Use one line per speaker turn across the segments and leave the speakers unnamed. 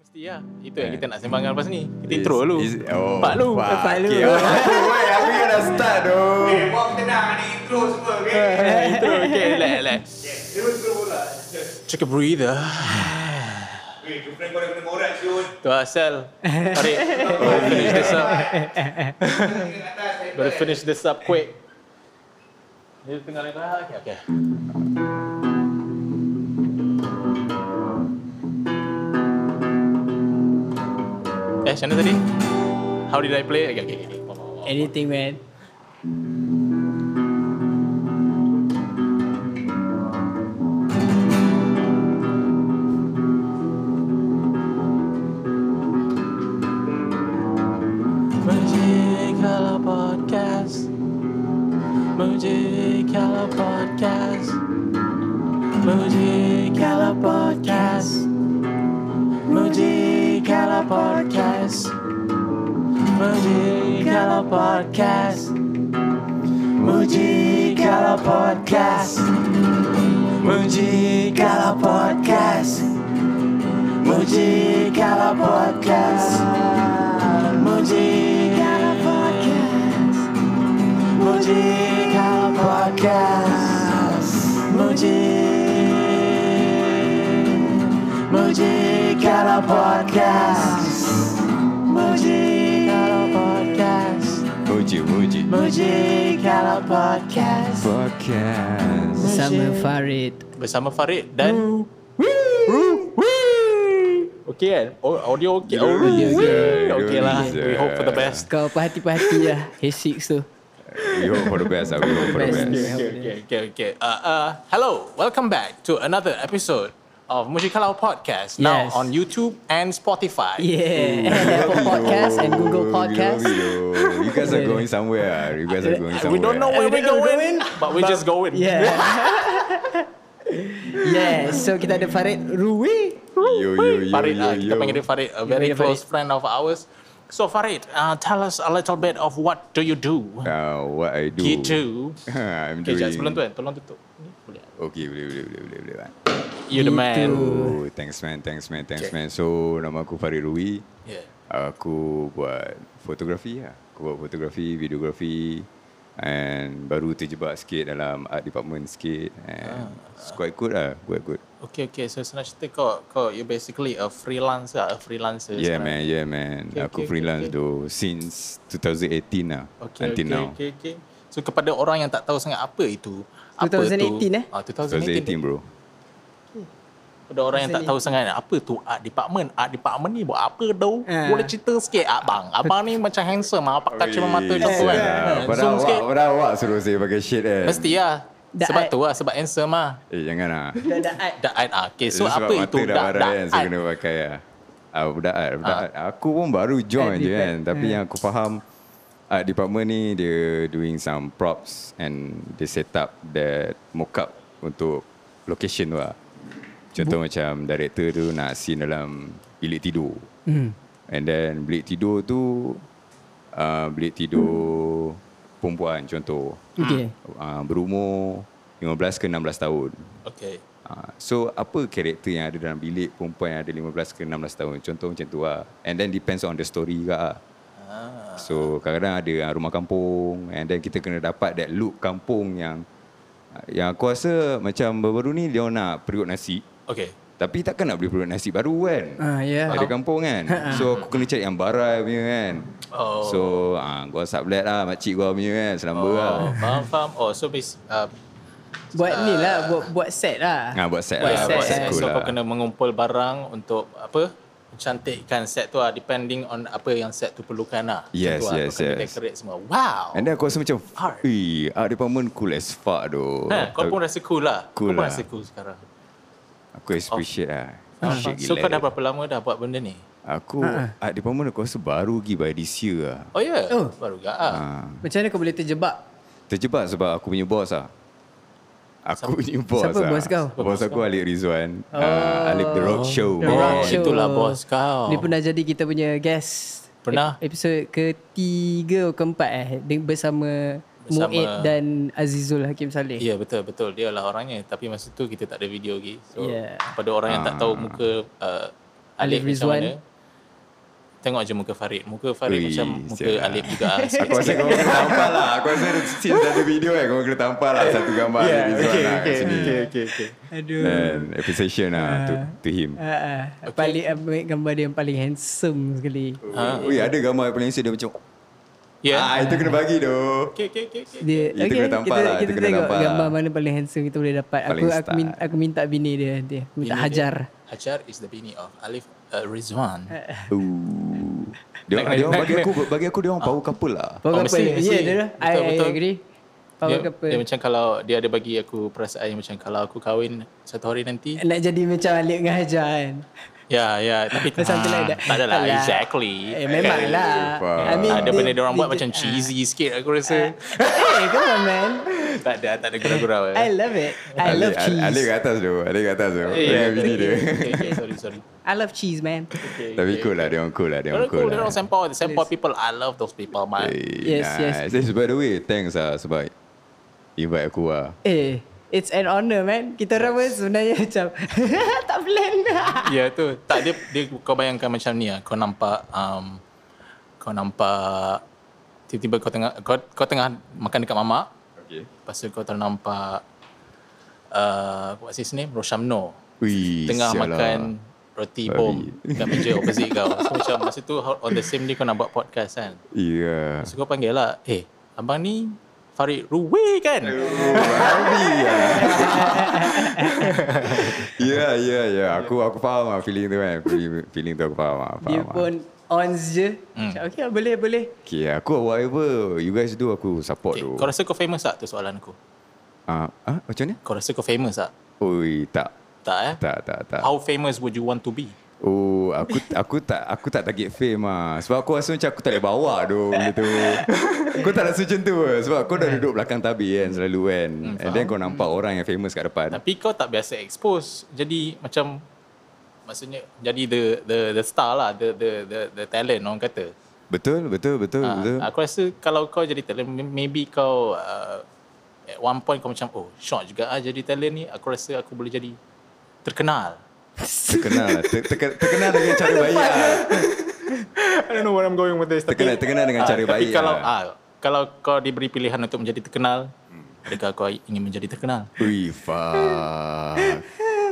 Mesti lah. Itu yang kita nak sembang dengan lepas ni. Kita intro dulu.
Eh. Is- oh,
Pak Lu.
fuck,
Pak Lu.
okay. Wait, aku yang dah start tu.
Eh, buat tenang ni intro semua okey.
Eh, intro. Okay, relax, relax.
Terus terus bola.
Take a breather.
Weh, kau kau dah kena morat siun.
Tu asal. Tarik. Baru finish this up.
Kat atas.
Baru finish this up quick. Dia tengah lain lah. Okay, okay. Eh, macam mana tadi? How did I play? Okay, okay, okay.
Anything man.
Mujikala Podcast Mujikala Podcast Mujikala Podcast Mujikala Podcast Mujikala Podcast Mujikala Podcast Mujikala Podcast Mujikala Podcast Mujikala Podcast Mujikala Podcast Muji Mujikala Podcast Mujikala Podcast
Muji, muji.
Mujikala Podcast
Podcast.
Sama
Shit.
Farid.
bersama Farid dan Okey kan? Oh, audio okey. Audio
Audio
okey.
okey.
Okey lah.
Audio
We hope for the
okey.
best.
Kau perhati-perhati lah. H6 tu.
We hope for the best. ah. We hope for the
Best.
Okay,
best.
okay, okay, okay, okay. Uh, uh, hello, welcome back to another episode of Mushikalau Podcast. Now
Yes.
on YouTube and Spotify.
Yeah. And Apple Podcast and Google
Yo,
Podcast.
yo, yo. You guys are going somewhere. ah. You guys are going
Uh,
somewhere.
We don't know where we're
Somewhere.
going, but we're just going.
Yeah. yeah. So kita ada Farid Rui.
Yo, yo, yo,
Farid,
yo,
uh, kita
yo.
panggil dia Farid, a very
panggil dia
close friend of ours. So Farid, uh, tell us a little bit of what do you do?
Ah, what I do.
Gitu.
I'm
Okay,
doing.
jap, sebelum tu kan, tolong tutup. Ni boleh.
Okay, boleh, boleh, boleh, boleh, boleh. ah.
You're the man.
Gitu.
Oh, thanks man, thanks man, thanks
Okay.
man. So, nama aku Farid Rui.
Yeah.
Aku buat fotografi lah. Aku buat fotografi, videografi and baru terjebak sikit dalam art department sikit and
Ah.
it's quite good lah, quite good.
Okay, okay. So senang cerita kau, kau you basically a freelancer, lah, a freelancer.
Yeah
sekarang.
man, yeah man.
Okay,
aku
okay,
freelance
okay,
though since 2018 lah
Okay,
until
okay,
now.
okay, okay. So kepada orang yang tak tahu sangat apa itu, apa
2018
tu?
eh?
Ah,
2018
2018.
bro.
Kepada orang yang tak tahu sangat apa tu art department. Art department ni buat apa tau?
Ah.
Boleh cerita sikit abang. Abang ni macam handsome. Abang pakai cermin mata macam tu kan.
Pada
Zoom
awak,
sikit.
pada awak suruh saya pakai shade eh.
Mesti lah.
The
Sebab
art.
tu lah. Sebab handsome lah.
Eh jangan lah.
Dah dah ad.
Dah art ah. Okay, so
Sebab
apa
mata
itu?
dah
Dah
barat
dah
kan, so
art.
kena pakai lah. Ah, budak art, budak art. Aku pun baru join je kan.
Art department.
Tapi yang aku faham, art department ni dia doing some props and they set up that mock-up untuk location tu lah. Contoh macam director tu nak scene dalam bilik tidur. Hmm. And then bilik tidur tu, uh, bilik tidur perempuan contoh.
Okay.
Uh, berumur 15 ke 16 tahun.
Okay.
Ah, so apa karakter yang ada dalam bilik perempuan yang ada 15 ke 16 tahun contoh macam tu lah and then depends on the story juga lah.
Ah.
so kadang-kadang ada ah, rumah kampung and then kita kena dapat that look kampung yang yang aku rasa macam baru-baru ni dia orang nak periuk nasi
Okay.
tapi takkan nak beli periuk nasi baru kan
Ah, ya.
ada kampung kan so aku kena cari yang barai punya kan
Ah. Oh.
so ah, gua sublet lah makcik gua punya kan selamba
Oh,
lah
faham, faham. Oh, so bas- uh,
Buat ni lah. Buat, buat set lah.
Ah, buat set
Buat
lah
set,
buat set
set.
cool
So
lah.
kau kena mengumpul barang untuk apa? Cantikkan set tu lah. Depending on apa yang set tu perlukan lah. Macam
Yes,
tu lah.
yes,
Kau kena
yes.
decorate semua. Wow.
And then aku rasa macam
Art.
Ui, art department cool as fuck tu
ha, kau pun rasa cool lah.
Cool
kau pun
lah.
rasa cool sekarang.
Aku appreciate lah
Faham,
Shit
faham. Oh. So
gila
kau dah
dia.
berapa lama dah buat benda ni?
Aku art department aku rasa baru pergi by this year lah
Oh ya? Yeah.
Oh.
Baru gak ah.
ha.
Macam mana kau boleh terjebak?
Terjebak sebab aku punya bos lah Aku punya bos
siapa
lah
bos kau?
Bos aku Alik Rizwan oh. uh, Alik The Rock Show
The Rock
Oh,
Show.
itulah bos kau.
Dia pernah jadi kita punya guest.
Pernah.
Ep- Episod ketiga atau keempat eh. Dia bersama,
Bersama-
bersama Muid dan Azizul Hakim Saleh.
Ya yeah, betul betul dia lah orangnya tapi masa tu kita tak ada video lagi. So
Yeah.
Ah.
pada orang yang tak tahu muka uh, Alif
Ya. Alif
macam
Rizwan.
mana. Tengok je muka Farid. Muka Farid
Ui, lah.
macam muka
siap.
Alif juga. ah,
Aku rasa
sikit-sikit.
kau kena tampal lah. Aku rasa still satu video kan. Kau kena tampal lah satu gambar yeah,
Yeah,
Alif Rizwan lah kat sini.
okay, okay.
Aduh.
And appreciation lah to, to him.
Uh, uh, Paling ambil gambar dia yang paling handsome sekali.
Ui, ada gambar yang paling dia macam
Yeah.
Ah, itu kena bagi doh.
Ya? Okay, okay, okay. okay.
Dia
Itu kena tampal
kita,
lah, itu
kita
kena
tengok
tampal lah.
gambar mana paling handsome kita boleh dapat.
Paling
aku aku,
style.
min, aku minta bini dia nanti. Aku Minta
Bini
hajar. Eh,
Dia, Hajar is the bini of Alif uh, Rizwan.
Ooh. Dia,
Nak-
dia orang
nak-
bagi
nak-
aku bagi aku dia orang power couple lah.
Oh,
Power
mesti,
couple.
mesti.
Ya, dia lah. I,
Betul,
I
betul.
agree. Power
Dia,
couple.
dia macam kalau dia ada bagi aku perasaan yang macam kalau aku kahwin satu hari nanti.
Nak jadi macam Alif dengan Hajar kan.
Ya, ya. Tapi
Something like that.
tak adalah.
lah Alah.
Exactly.
Eh, memang lah.
Wah.
I mean,
Ada
dia-
benda dia orang buat
dia- ah. Eh.
macam cheesy sikit aku rasa.
Hey, come on man.
tak ada, tak ada gurau-gurau. eh.
I love it. I
Alif-
love cheese.
Alif
kan?
kat atas doh. Alif kat atas doh.
Eh,
Dengan
tak-
bini dia.
Okay, okay, sorry, sorry.
I love cheese man.
Okay,
Tapi
okay.
cool lah, dia orang cool lah, dia
Very
orang cool.
cool. Dia
lah.
orang sampah, they sampah people. I love those people, man.
Eh,
Yes, yes.
nice. This by the way, thanks lah sebab invite aku lah.
Eh, it's an honor man. Kita orang pun sebenarnya macam tak plan.
Ya tu. Tak dia dia kau bayangkan macam ni ah. Kau nampak um, kau nampak tiba-tiba kau tengah kau, kau tengah makan dekat mamak.
Okay.
Lepas tu kau ternampak uh, what's his name? Roshamno.
Ui,
Tengah
sial lah.
makan roti bom
Babi.
kat meja opposite kau. So macam masa tu on the same day kau nak buat podcast kan.
Yeah.
So kau panggil lah, eh abang ni Farid Ruwe kan?
Babi lah. Ya, ya, ya. Aku aku faham lah feeling tu kan. Feeling, feeling tu aku faham lah.
Dia
Faham lah.
pun ons je. Macam, Okay, lah, boleh, boleh.
Okay, aku whatever you guys do, aku support
Okay,
tu.
kau rasa kau famous tak tu soalan aku?
Ah, ah, macam mana?
Kau rasa kau famous tak?
Ui, tak.
Tak eh?
Tak, tak, tak.
How famous would you want to be?
Oh, aku aku tak aku tak target fame ah. Sebab aku rasa macam aku tak boleh bawa doh benda tu. kau tak rasa macam tu ke? sebab kau dah
Hmm.
duduk belakang tabi kan selalu kan. And then kau nampak orang yang famous kat depan.
Tapi kau tak biasa expose. Jadi macam maksudnya jadi the the the star lah, the the the, the talent orang kata.
Betul, betul, betul,
Ah,
betul.
aku rasa kalau kau jadi talent may- maybe kau uh, at one point kau macam oh short juga ah jadi talent ni aku rasa aku boleh jadi terkenal.
Terkenal lah. Ter, terke- terkenal dengan cara baik lah.
I don't know where I'm going with this.
Terkenal, terkenal dengan
Ha,
cara
tapi
baik
kalau
lah.
ah kalau kau diberi pilihan untuk menjadi terkenal, adakah kau ingin menjadi terkenal?
Ui, fuck.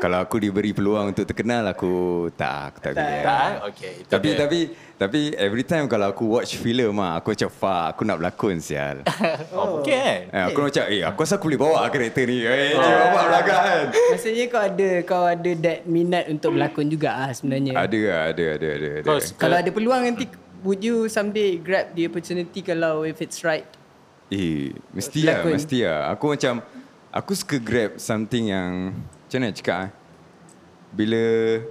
Kalau aku diberi peluang untuk terkenal, aku tak, aku tak ah. boleh.
Tak, eh? okay. itu
Ya. Tapi
dia.
tapi tapi every time kalau aku watch filem ah aku macam fuck aku nak berlakon sial.
oh, okay. Kan?
Eh, aku macam eh aku rasa aku boleh bawa karakter ni. Eh dia bawa belakang kan.
Maksudnya kau ada kau ada that minat untuk berlakon juga ah sebenarnya.
Ada lah, ada ada ada ada.
Kau suka
Kalau ada peluang nanti would you someday grab the opportunity kalau if it's right?
Eh mesti lah,
Berlakon.
mesti lah. Aku macam aku suka grab something yang macam mana nak cakap ah. Bila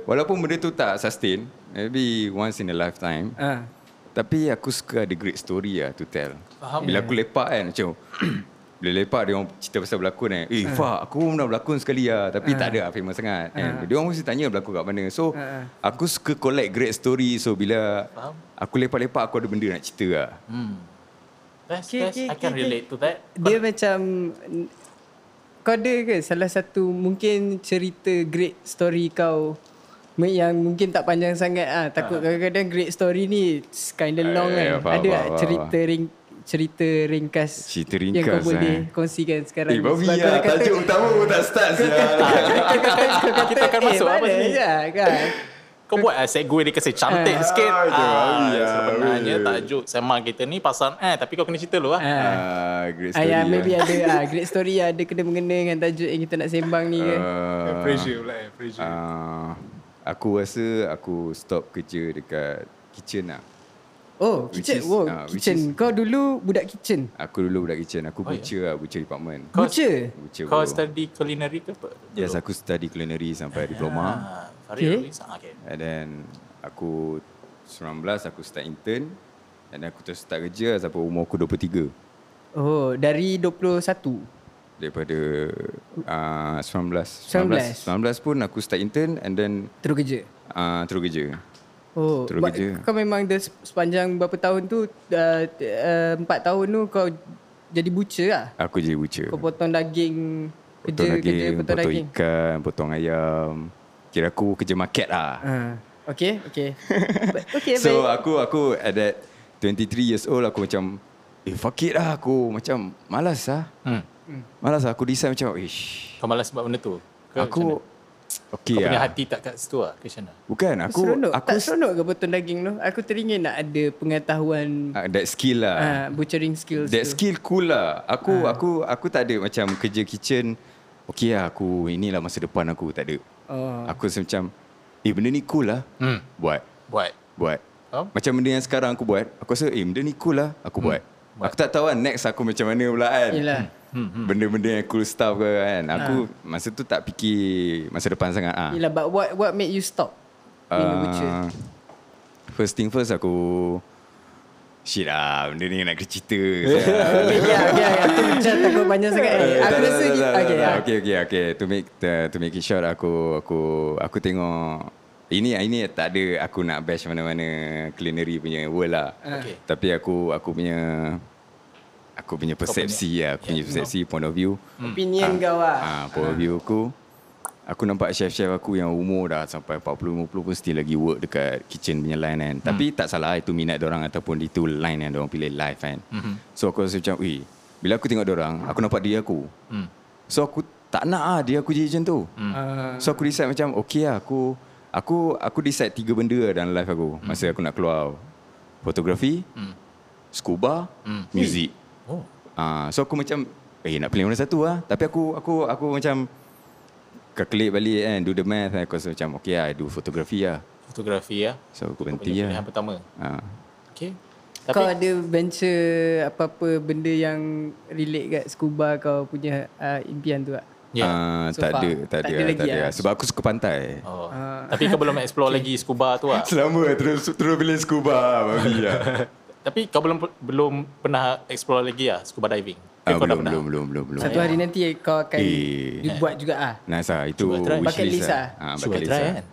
walaupun benda tu tak sustain, maybe once in a lifetime.
Ah.
Tapi aku suka ada great story lah to tell.
Faham.
Bila aku lepak kan macam bila lepak dia orang cerita pasal berlakon kan. Eh,
Ha.
Fah, aku pun pernah berlakon sekali lah. Tapi tak ada lah famous sangat. Kan?
Ha.
Dia orang mesti tanya berlakon kat mana. So,
Ah, ah.
aku suka collect great story. So, bila
Faham.
aku lepak-lepak, aku ada benda nak cerita lah.
Hmm. That's,
Okay,
that's,
okay,
I can
okay,
relate to that.
Dia macam kau ada ke salah satu mungkin cerita great story kau me- yang mungkin tak panjang sangat ah takut kadang-kadang great story ni it's kind of long
Eh,
kan.
faham, faham,
ada tak
faham.
cerita ring cerita ringkas
Cerita
yang
ringkas,
kau boleh
eh.
kongsikan
Eh,
sekarang. ni?
babi
Sebab
lah.
kau dah kata-
Tajuk utama pun tak start sial.
kita akan, kita akan
eh,
masuk apa
mana
ni?
lah, kan?
Kau buat lah segue dia kasi cantik
Ah,
sikit.
aduh,
Ah,
ya,
sebenarnya
weh.
tajuk sama kita ni pasal eh tapi kau kena cerita dulu lah.
Ah.
Ah, great
Ah,
story
ya,
lah.
maybe ada ah, great story lah, ada kena mengena dengan tajuk yang kita nak sembang ni eh. ke.
Ah.
Pressure pula eh, pressure.
Ah, aku rasa aku stop kerja dekat kitchen lah.
Oh,
which is-
kitchen. Wow,
ah, which
kitchen.
is-
Kau dulu budak kitchen.
Aku dulu budak kitchen. Aku butcher lah, butcher
Oh, ya?
department.
Kau-
Butcher.
Butcher
Kau
bro.
study culinary ke apa?
Yes, aku study culinary sampai diploma.
Ah,
Okay.
Farid okay. okay.
And then aku 19 aku start intern and then aku terus start kerja sampai umur aku 23.
Oh, dari 21.
Daripada uh, 19
19.
19 19 pun aku start intern and then
Terus kerja.
uh, terus kerja.
Oh,
Terus
but
kerja.
kau memang the, sepanjang berapa tahun tu uh, t- uh, 4 tahun tu kau jadi butcher lah.
Aku jadi butcher.
Kau potong daging kerja
Potong
kerja
daging,
potong
potong
daging.
ikan, potong ayam. Kira aku kerja market lah.
Ha. Okay, okay. But- okay,
So
baik.
aku aku at that 23 years old aku macam eh fuck it lah aku macam malas lah.
Hmm.
Malas lah. aku decide macam ish.
Kau malas sebab benda tu? Ke macam
Aku
mana?
okey
Kau punya
lah.
hati tak kat situ lah ke macam mana?
Bukan aku
seronok.
aku
tak seronok ke potong daging tu? Aku teringin nak ada pengetahuan
ah, that skill lah.
uh, butchering skills
That
tu.
skill cool lah. Aku
Ah.
aku aku tak ada macam kerja kitchen. Okey lah aku inilah masa depan aku tak ada.
Oh.
Aku macam eh benda ni cool lah.
Hmm.
Buat
Buat.
buat.
Faham?
Macam benda yang sekarang aku buat, aku rasa eh benda ni cool lah aku buat.
Hmm. Buat. Hmm,
Aku tak tahu kan next aku macam mana pula kan.
Yelah. Ah.
Benda-benda yang cool stuff ke kan. Aku masa tu tak fikir masa depan sangat ah.
Yelah, but what what made you stop being a butcher?
Ah, First thing first aku Shit lah Benda ni nak kena cerita
Ya, okay, okay. Aku macam takut panjang sangat. ni. Aku rasa ni. Okay, ah.
Okay okay okay To make the, to make it short Aku aku aku tengok ini ini tak ada aku nak bash mana-mana culinary punya world lah.
Okay.
Tapi aku aku punya aku punya persepsi lah, aku punya persepsi point of view. Ah,
Opinion kau lah.
Ah, point of view aku aku nampak chef-chef aku yang umur dah sampai 40 50 pun still lagi work dekat kitchen punya line kan. Tapi tak salah itu minat orang ataupun itu line yang orang pilih live kan. So aku rasa macam, "Weh, bila aku tengok orang, aku nampak diri aku."
Hmm.
So aku tak nak ah dia aku jadi macam tu. So aku decide macam okay lah aku aku aku decide tiga benda lah dalam life aku masa aku nak keluar. Fotografi, scuba, music.
Oh.
Ah, so aku macam eh nak pilih mana satu ah. Tapi aku aku aku macam calculate balik kan do the math aku rasa macam okay lah I do fotografi lah.
Fotografi ya.
So aku
Kau punya
berhenti
Pilihan
lah.
pertama.
Ah.
Okay.
Tapi, kau ada venture apa-apa benda yang relate kat scuba kau punya uh, impian tu tak?
Yeah.
Yeah.
So
Ah, tak
far.
ada tak
Tak
ada,
ada
lah,
lagi
tak ada.
lah.
lah. Sebab aku suka pantai.
oh.
Ah.
Tapi kau belum explore lagi scuba tu lah.
Selama terus terus pilih scuba babi lah.
Tapi kau belum belum pernah explore lagi lah scuba diving. Ke
Ah,
kau dah
belum,
pernah?
belum, belum, belum, belum.
Satu hari nanti kau akan
Eh.
eh. buat juga ah.
Nice lah. Itu
Cuba try.
wish
Bucket
list
list
lah.
lah.
Ah,
Cuba
bucket list
try
lah.
kan.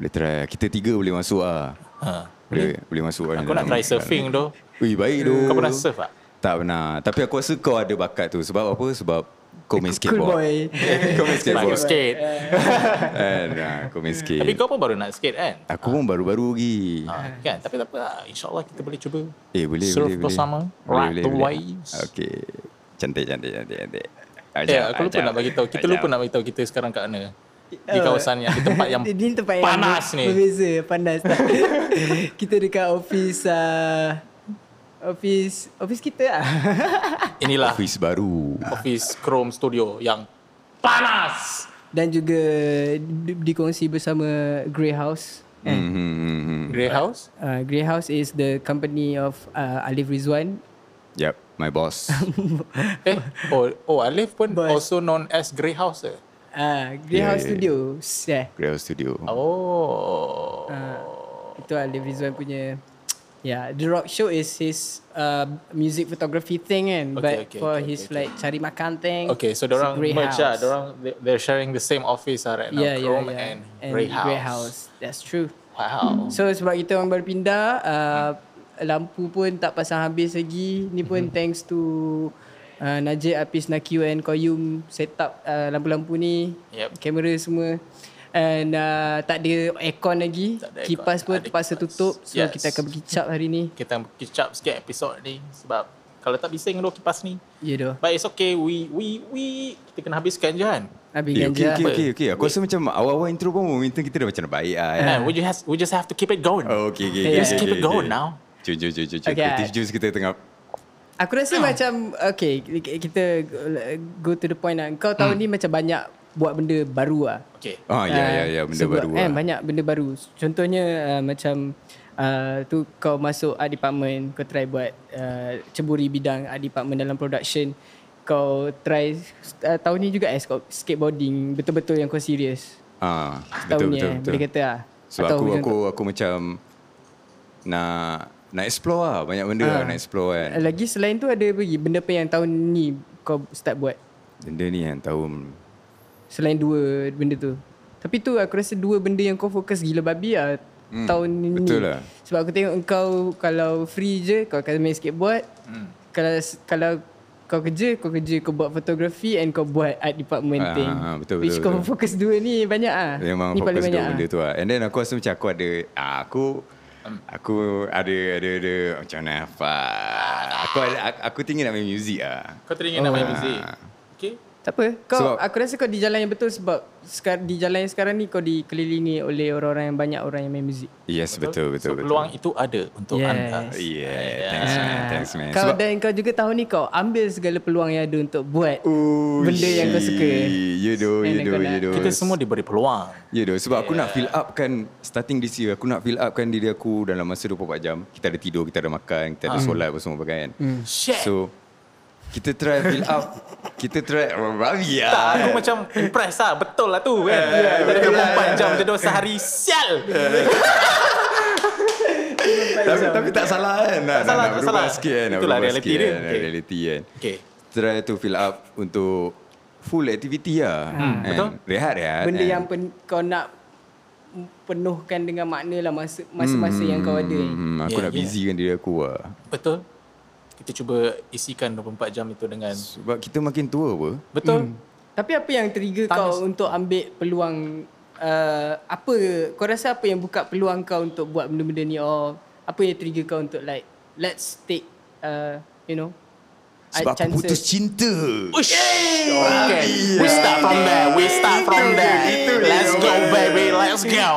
Boleh try. Kita tiga boleh masuk lah.
Ha.
Boleh, boleh masuk lah.
Kau nak
dalam-
try surfing tu.
Ui, baik tu.
Kau pernah surf tak?
Tak pernah. Tapi aku rasa kau ada bakat tu. Sebab apa? Sebab kau main
Eh, Cool
skateboard.
boy.
kau main
Aku
skateboard.
skate.
kan? Ah, kau main skate.
Tapi kau pun baru nak skate kan?
Aku pun baru-baru lagi.
Ha, kan? Tapi tak apa lah. InsyaAllah kita boleh cuba.
Eh, boleh,
surf
boleh.
bersama.
Boleh,
Ride
boleh,
the
boleh.
waves.
Okay. Cantik, cantik, cantik, cantik.
Eh, aku lupa nak bagi tahu. Kita lupa nak bagi tahu kita sekarang kat mana. Di
Oh.
kawasan yang di tempat yang
Ini tempat yang
panas
ber-
ni.
Berbeza panas tak? kita dekat office uh, office office kita ah.
Inilah
Office baru.
office Chrome Studio yang panas.
Dan juga di- dikongsi bersama Grey House.
Hmm, hmm, hmm, hmm.
Grey House.
Uh, Grey House is the company of uh, Alif Rizwan.
Yep, my boss.
Eh, oh, oh Alif pun
Boy.
also known as Grey House. Eh?
Uh, Grey
Yeah,
House
yeah,
Studios. eh. Yeah.
Grail Studio.
Oh.
Itu Alif Rizwan punya Yeah, The Rock Show is his uh, music photography thing kan.
Okay,
But
okay,
for
okay,
his
okay,
like cari makan thing.
Okay, so
it's a
orang
Grey
merge lah.
House.
Diorang, they- they're sharing the same office lah right now.
yeah,
Chrome
yeah, yeah.
and, Grey, House.
That's true.
Wow.
So sebab kita orang baru pindah, uh, lampu pun tak pasang habis lagi. Ni
Mhm.
pun thanks to uh, Najib, Apis, Nakiu and Koyum set up uh, lampu-lampu ni.
Yep.
Kamera semua. And uh, tak ada aircon lagi.
Tak ada aircon,
kipas
tak
pun
ada
terpaksa
kipas.
tutup. So
Yes.
kita akan pergi cap hari ni.
Kita kicap sikit episod ni sebab kalau tak bising dulu kipas ni.
Ya doh.
But it's okay. We we we kita kena habiskan je kan.
Habis
Eh,
lah.
okay,
ganja.
okay,
apa?
okay, okay. Aku rasa macam awal-awal intro pun momentum kita dah macam dah baik lah. kan?
Man, we just have, we just have to keep it going.
Oh, okay, okay. okay,
Yeah. Just
okay,
keep it
okay,
going
okay.
now.
Jom, jom, jom, jom. jom.
Okay.
Creative juice kita tengah...
Aku
Hmm.
rasa macam okay ki- kita go to the point lah. Kau
Hmm.
tahun ni macam banyak buat benda baru lah.
Okay.
Ah, ya, ya, ya. Benda
sebab,
baru
eh,
lah.
Banyak benda baru Contohnya uh, Macam uh, tu Kau masuk art department Kau try buat uh, Ceburi bidang art department Dalam production Kau try uh, Tahun ni juga eh kau Skateboarding Betul-betul yang kau serius
Ah, betul,
Tahun ni
betul,
eh
betul.
Boleh kata lah
Sebab
Atau
aku,
hujung-
aku, aku macam nak nak explore lah. Banyak benda lah
Ah.
nak explore kan.
Lagi selain tu ada lagi Benda apa yang tahun ni Kau start buat
Benda ni kan tahun...
Ah, Selain dua benda tu Tapi tu aku rasa dua benda yang kau fokus gila babi lah hmm, Tahun ni
betul lah.
Sebab aku tengok kau kalau free je Kau akan main skateboard hmm. Kalau kalau kau kerja, kau kerja, kau buat fotografi and kau buat art department
Ah,
thing.
ah, betul,
Which
betul,
kau
betul.
fokus dua ni banyak ah.
Memang
ni
fokus dua
ah.
benda tu lah. And then aku rasa macam aku ada ah, aku aku ada ada ada macam mana apa. Aku ada aku, aku tinggi nak main muzik ah.
Kau teringin nak main muzik. Okay.
Tak apa. Kau
Sebab-
aku rasa kau di jalan yang betul sebab seka- di jalan yang sekarang ni kau dikelilingi oleh orang-orang yang banyak orang yang main muzik.
Yes betul
so,
betul betul.
peluang itu ada untuk
Yes.
anda.
Yeah, thanks man, Ah, thanks man.
Kau dan kau juga tahun ni kau ambil segala peluang yang ada untuk buat
Uish.
benda yang kau suka.
You do,
And
you
then
do,
kau nak-
you do.
Kita semua diberi peluang.
Ya doh sebab aku nak fill up kan starting this year aku nak fill up kan diri aku dalam masa 24 jam. Kita ada tidur, kita ada makan, kita
Hmm.
ada solat apa semua bagai kan.
Shit.
So kita try fill up. kita try rabi
tak,
ah.
aku macam impressed lah. Betul lah tu
Eh,
kan. Dari 24 jam macam tu sehari. Sial.
tapi, tapi tak salah kan. Nak,
Tak salah,
nak, nak
tak
berubah
salah.
sikit kan. nak
Itulah
berubah
reality
sikit
dia.
Kan,
Okay.
Reality kan.
Okay.
Try to fill up untuk full activity lah. And
Hmm, betul.
Rehat-rehat. kan?
Benda
and-
yang pen, kau nak penuhkan dengan makna lah masa, masa-masa yang kau ada.
Hmm, aku
Yeah, yeah.
nak busy kan diri aku lah.
Betul. Kita cuba isikan 24 jam itu dengan...
Sebab kita makin tua apa.
Betul.
hmm.
Tapi apa yang trigger
Tandas.
kau untuk ambil peluang uh, apa kau rasa apa yang buka peluang kau untuk buat benda-benda ni or apa yang trigger kau untuk like let's take uh, you know
Sebab
uh,
aku putus cinta.
Ush. Okay. We start from there. We start from there. Let's go baby. Let's go.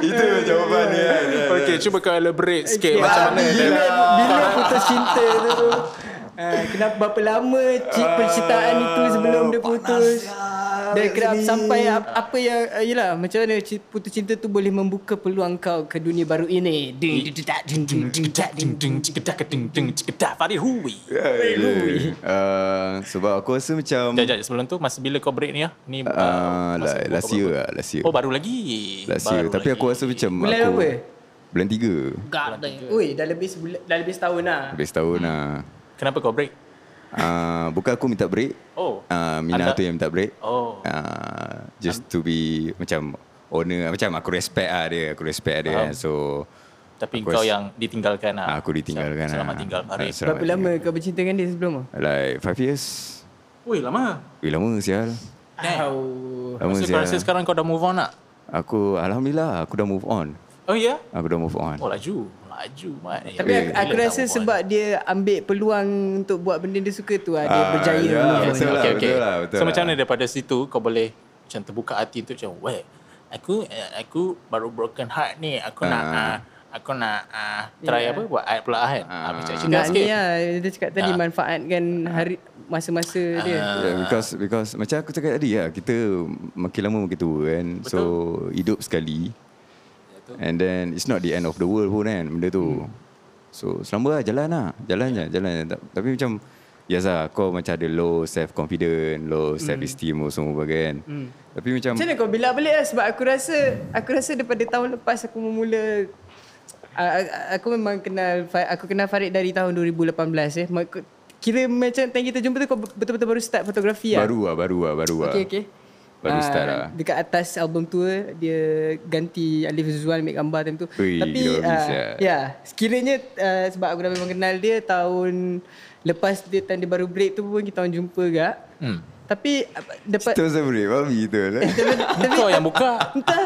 Itu jawapan dia.
Okay, cuba kau elaborate sikit macam mana.
Ya, bila, bila putus cinta tu tu uh, kenapa berapa lama cik percintaan itu sebelum dia putus dan kenapa sampai ap- apa yang uh, yelah macam mana ci- putus cinta tu boleh membuka peluang kau ke dunia baru ini ding ding, ding, ding, ding, ding.
Farid Hui.
Uh, sebab aku rasa
Sekejap,
macam
sekejap. Sebelum tu, masa bila kau break ni lah? Ni,
uh,
masa
la-
kau
last
baru-
year lah, last year.
Oh, baru lagi.
Last year.
Baru
Tapi aku rasa macam
Bulan
aku,
apa?
Bulan tiga.
God damn. Ui, dah lebih sebulan, dah lebih setahun lah.
Habis tahun lah.
Kenapa kau break?
Uh, bukan aku minta break.
Oh.
Uh, Mina
Anda-
tu yang minta break.
Oh.
Uh, just to be macam owner. Macam aku respect lah dia. Aku respect dia. Kan. So,
Tapi
Aku
kau
rasa-
yang ditinggalkan lah.
aku ditinggalkan
Sel- Selamat
lah.
tinggal, Farid.
Ah, selamat
Berapa lama kau bercinta dengan dia sebelum tu?
Like five years.
Wih, lama.
Eh lama sial.
Eh.
Damn.
Lama ah.
So, kau
sial.
rasa sekarang kau dah move on tak?
Aku Alhamdulillah aku dah move on.
Oh, ya?
Aku dah move on.
Oh, laju. Laju, Mat. Eh,
Tapi aku,
gila
aku
dah
rasa
move on.
sebab dia ambil peluang untuk buat benda dia suka tu lah. Dia
Ah,
berjaya.
ya,
move on.
betul lah.
okay, okay.
lah, betul
so
lah.
macam mana daripada situ kau boleh macam terbuka hati tu macam weh aku eh, aku baru broken heart ni aku nak
Ah.
ah, aku nak ah, try apa buat art pula kan. Ah, macam cakap
Nak ni
sikit.
lah. Dia cakap tadi
Ah.
manfaatkan hari masa-masa dia.
Yeah, because because macam aku cakap tadi lah kita makin lama makin tua kan. Betul. So hidup sekali.
Ya,
And then it's not the end of the world pun kan benda tu. Hmm. So selama lah jalan lah. Jalan
Ya.
je, jalan je. Ta- Tapi macam Yes lah, kau macam ada low self-confident, low self-esteem mm. semua bagai kan. Mm. Tapi macam,
Hmm. Macam mana kau bila balik lah sebab aku rasa aku rasa daripada tahun lepas aku memula a- a- aku memang kenal Fa- aku kenal Farid dari tahun 2018 eh. Ma- aku- Kira macam time kita jumpa tu kau betul-betul baru start fotografi lah.
baru lah, baru lah, baru lah.
Okay, okay.
Baru
Ah,
start lah.
Dekat atas album tua dia ganti Alif Zuan ambil gambar time tu.
Ui,
Tapi
gila
ah,
habis, ya.
ya, sekiranya ah, sebab aku dah memang kenal dia tahun lepas dia time dia baru break tu pun kita orang jumpa gak. Hmm. Tapi apa- dapat
Itu sebenarnya, babi tu lah.
Kau yang buka.
entah.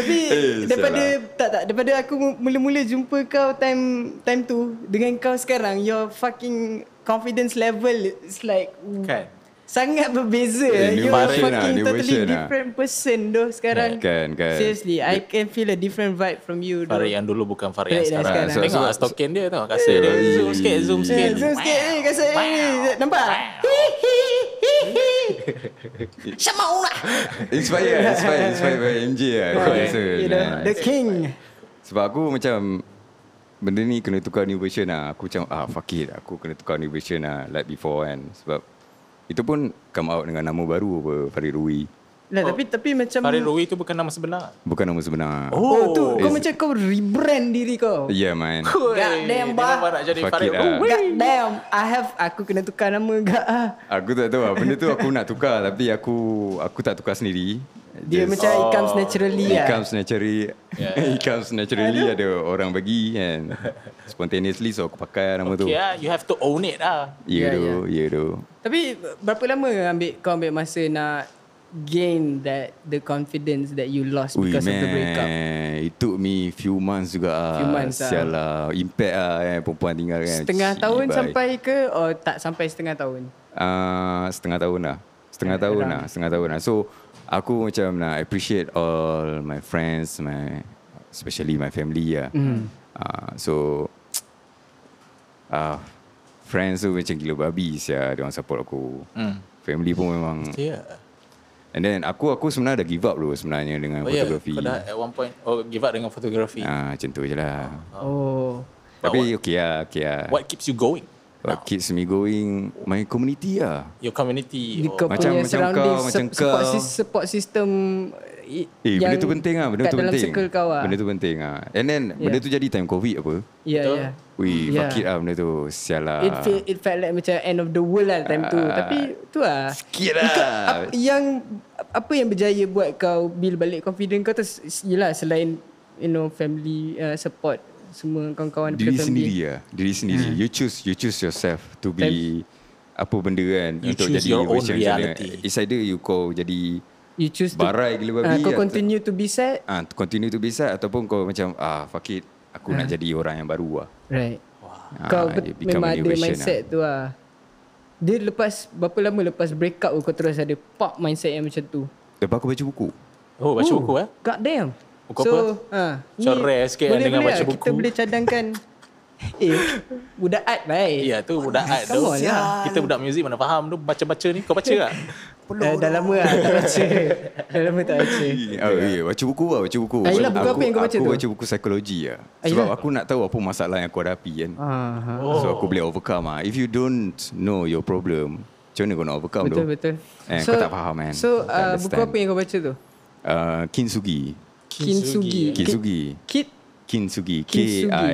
Tapi
Eh,
daripada tak tak daripada aku mula-mula jumpa kau time time tu dengan kau sekarang your fucking confidence level is like
Kan.
Sangat berbeza
Eh, new
You're a
version lah,
fucking
new
totally
version lah.
different person doh sekarang
Kan, kan.
Seriously I can feel a different vibe from you Eh, doh
Farid yang dulu bukan Farid yang
Farid yang
sekarang.
sekarang.
Tengok
So-
so, stokin dia tengok kasih dia.
Eh,
Zoom sikit, zoom sikit.
Eh, Zoom sikit ni kasut ni Nampak? Syamau lah
Inspired, inspired, inspired by MJ lah. Aku rasa.
You know,
Nah.
The king
Sebab aku macam benda ni kena tukar new version lah. Aku macam ah fuck it, aku kena tukar new version lah like before kan. Sebab itu pun come out dengan nama baru apa Farid Rui.
Lah tapi tapi macam
Farid Rui tu bukan nama sebenar.
Bukan nama sebenar.
Oh tu
Is-
kau
Ya.
macam kau rebrand diri kau
Yeah man.
Hei, dia
damn, bah.
nampak nak jadi
Fuck
Farid
it lah.
Rui.
God damn I have Aku kena tukar nama gak ah.
Aku tak tahu lah. Benda tu aku nak tukar tapi aku aku tak tukar sendiri.
Dia
Just-
macam it comes
Oh.
naturally
It
lah.
comes naturally
Yeah.
It comes naturally Ada orang bagi kan Spontaneously So aku pakai nama tu Ya,
Okay lah, you have to own it lah.
You
Yeah,
do
yeah.
You do
Tapi berapa lama ambil kau ambil masa nak gain that the confidence that you lost
Ui,
because of the
man.
breakup?
It took me few months juga ah.
Few months ah.
Sial lah Impact lah eh, Perempuan tinggal kan
Setengah
Cik,
tahun
bye.
sampai ke or tak sampai setengah tahun?
Ah, setengah tahun lah. Setengah tahun
around.
lah, setengah tahun lah. So aku macam nak appreciate all my friends, my especially my family lah.
Mm-hmm.
Mm. Uh, so ah friends tu macam gila babi sia, dia orang support aku.
Hmm.
Family pun memang
Yeah.
and then aku aku sebenarnya dah give up dulu sebenarnya dengan
Oh yeah,
fotografi.
kau dah at one point oh, give up dengan fotografi.
Ah macam tu je lah.
Oh.
But
Tapi okey lah, okey lah.
What keeps you going?
What keeps me going my community lah.
Your community.
Dia kau
or,
Macam-
punya
macam
surrounding
kau,
su-
macam
support,
kau.
sis- support system eh,
Eh,
yang
benda tu penting lah. Benda
kat
tu
dalam
penting.
circle kau lah.
Benda tu penting lah. And then, yeah. benda
Yeah.
tu jadi time COVID apa.
Ya,
Betul.
ya.
Wih, yeah.
Yeah.
fuck it lah benda tu. Sial lah.
It, feel, it felt like macam end of the world lah time tu.
Ah.
Tapi tu lah.
Sikit lah.
Apa, yang apa yang berjaya buat kau bila balik confident kau tu s- yelah selain you know family uh, support semua kawan-kawan
Diri
daripada
sendiri lah. Diri sendiri.
Hmm.
You choose you choose yourself to be apa benda kan.
You choose your own
macam- macam-
reality.
It's either you kau jadi
you choose
barai
to,
gila lah
Ah,
babi.
kau
atau-
continue to be sad
Ah, to continue to be sad ataupun kau macam ah fuck it. Aku nak
Hmm.
jadi orang yang baru lah.
right
Ah,
kau
you
bet-
become a
memang
new
ada
version
mindset tu lah dia lepas berapa lama lepas break up kau terus ada pop mindset yang macam tu
Lepas aku baca buku.
oh, baca buku eh?
god damn
Buku
so,
apa?
ha, ni
Macam rare sikit kan
boleh-
dengan
boleh
baca
lah, kita
buku.
boleh cadangkan eh budak art baik
Ya, yeah, tu budak art tu.
Come on lah.
Kita budak muzik mana faham tu baca-baca ni. Kau baca tak?
Dah, dah lama lah tak baca Dah lama tak baca
Ah, yeah, baca buku lah, baca buku.
Ah, yelah, buku
aku,
apa yang kau baca
aku
tu?
baca buku psikologi lah.
Ah,
Sebab
yelah.
aku nak tahu apa masalah yang aku hadapi kan.
Ah,
Oh. So aku boleh overcome ah. If you don't know your problem, macam mana kau nak overcome
Betul
tu?
betul
Eh, kau tak faham, man. Tak
So uh, buku
understand.
apa yang kau baca tu?
Uh, Kintsugi.
Kintsugi. Ki-
Kintsugi.
Kit
Kintsugi.
Kintsugi.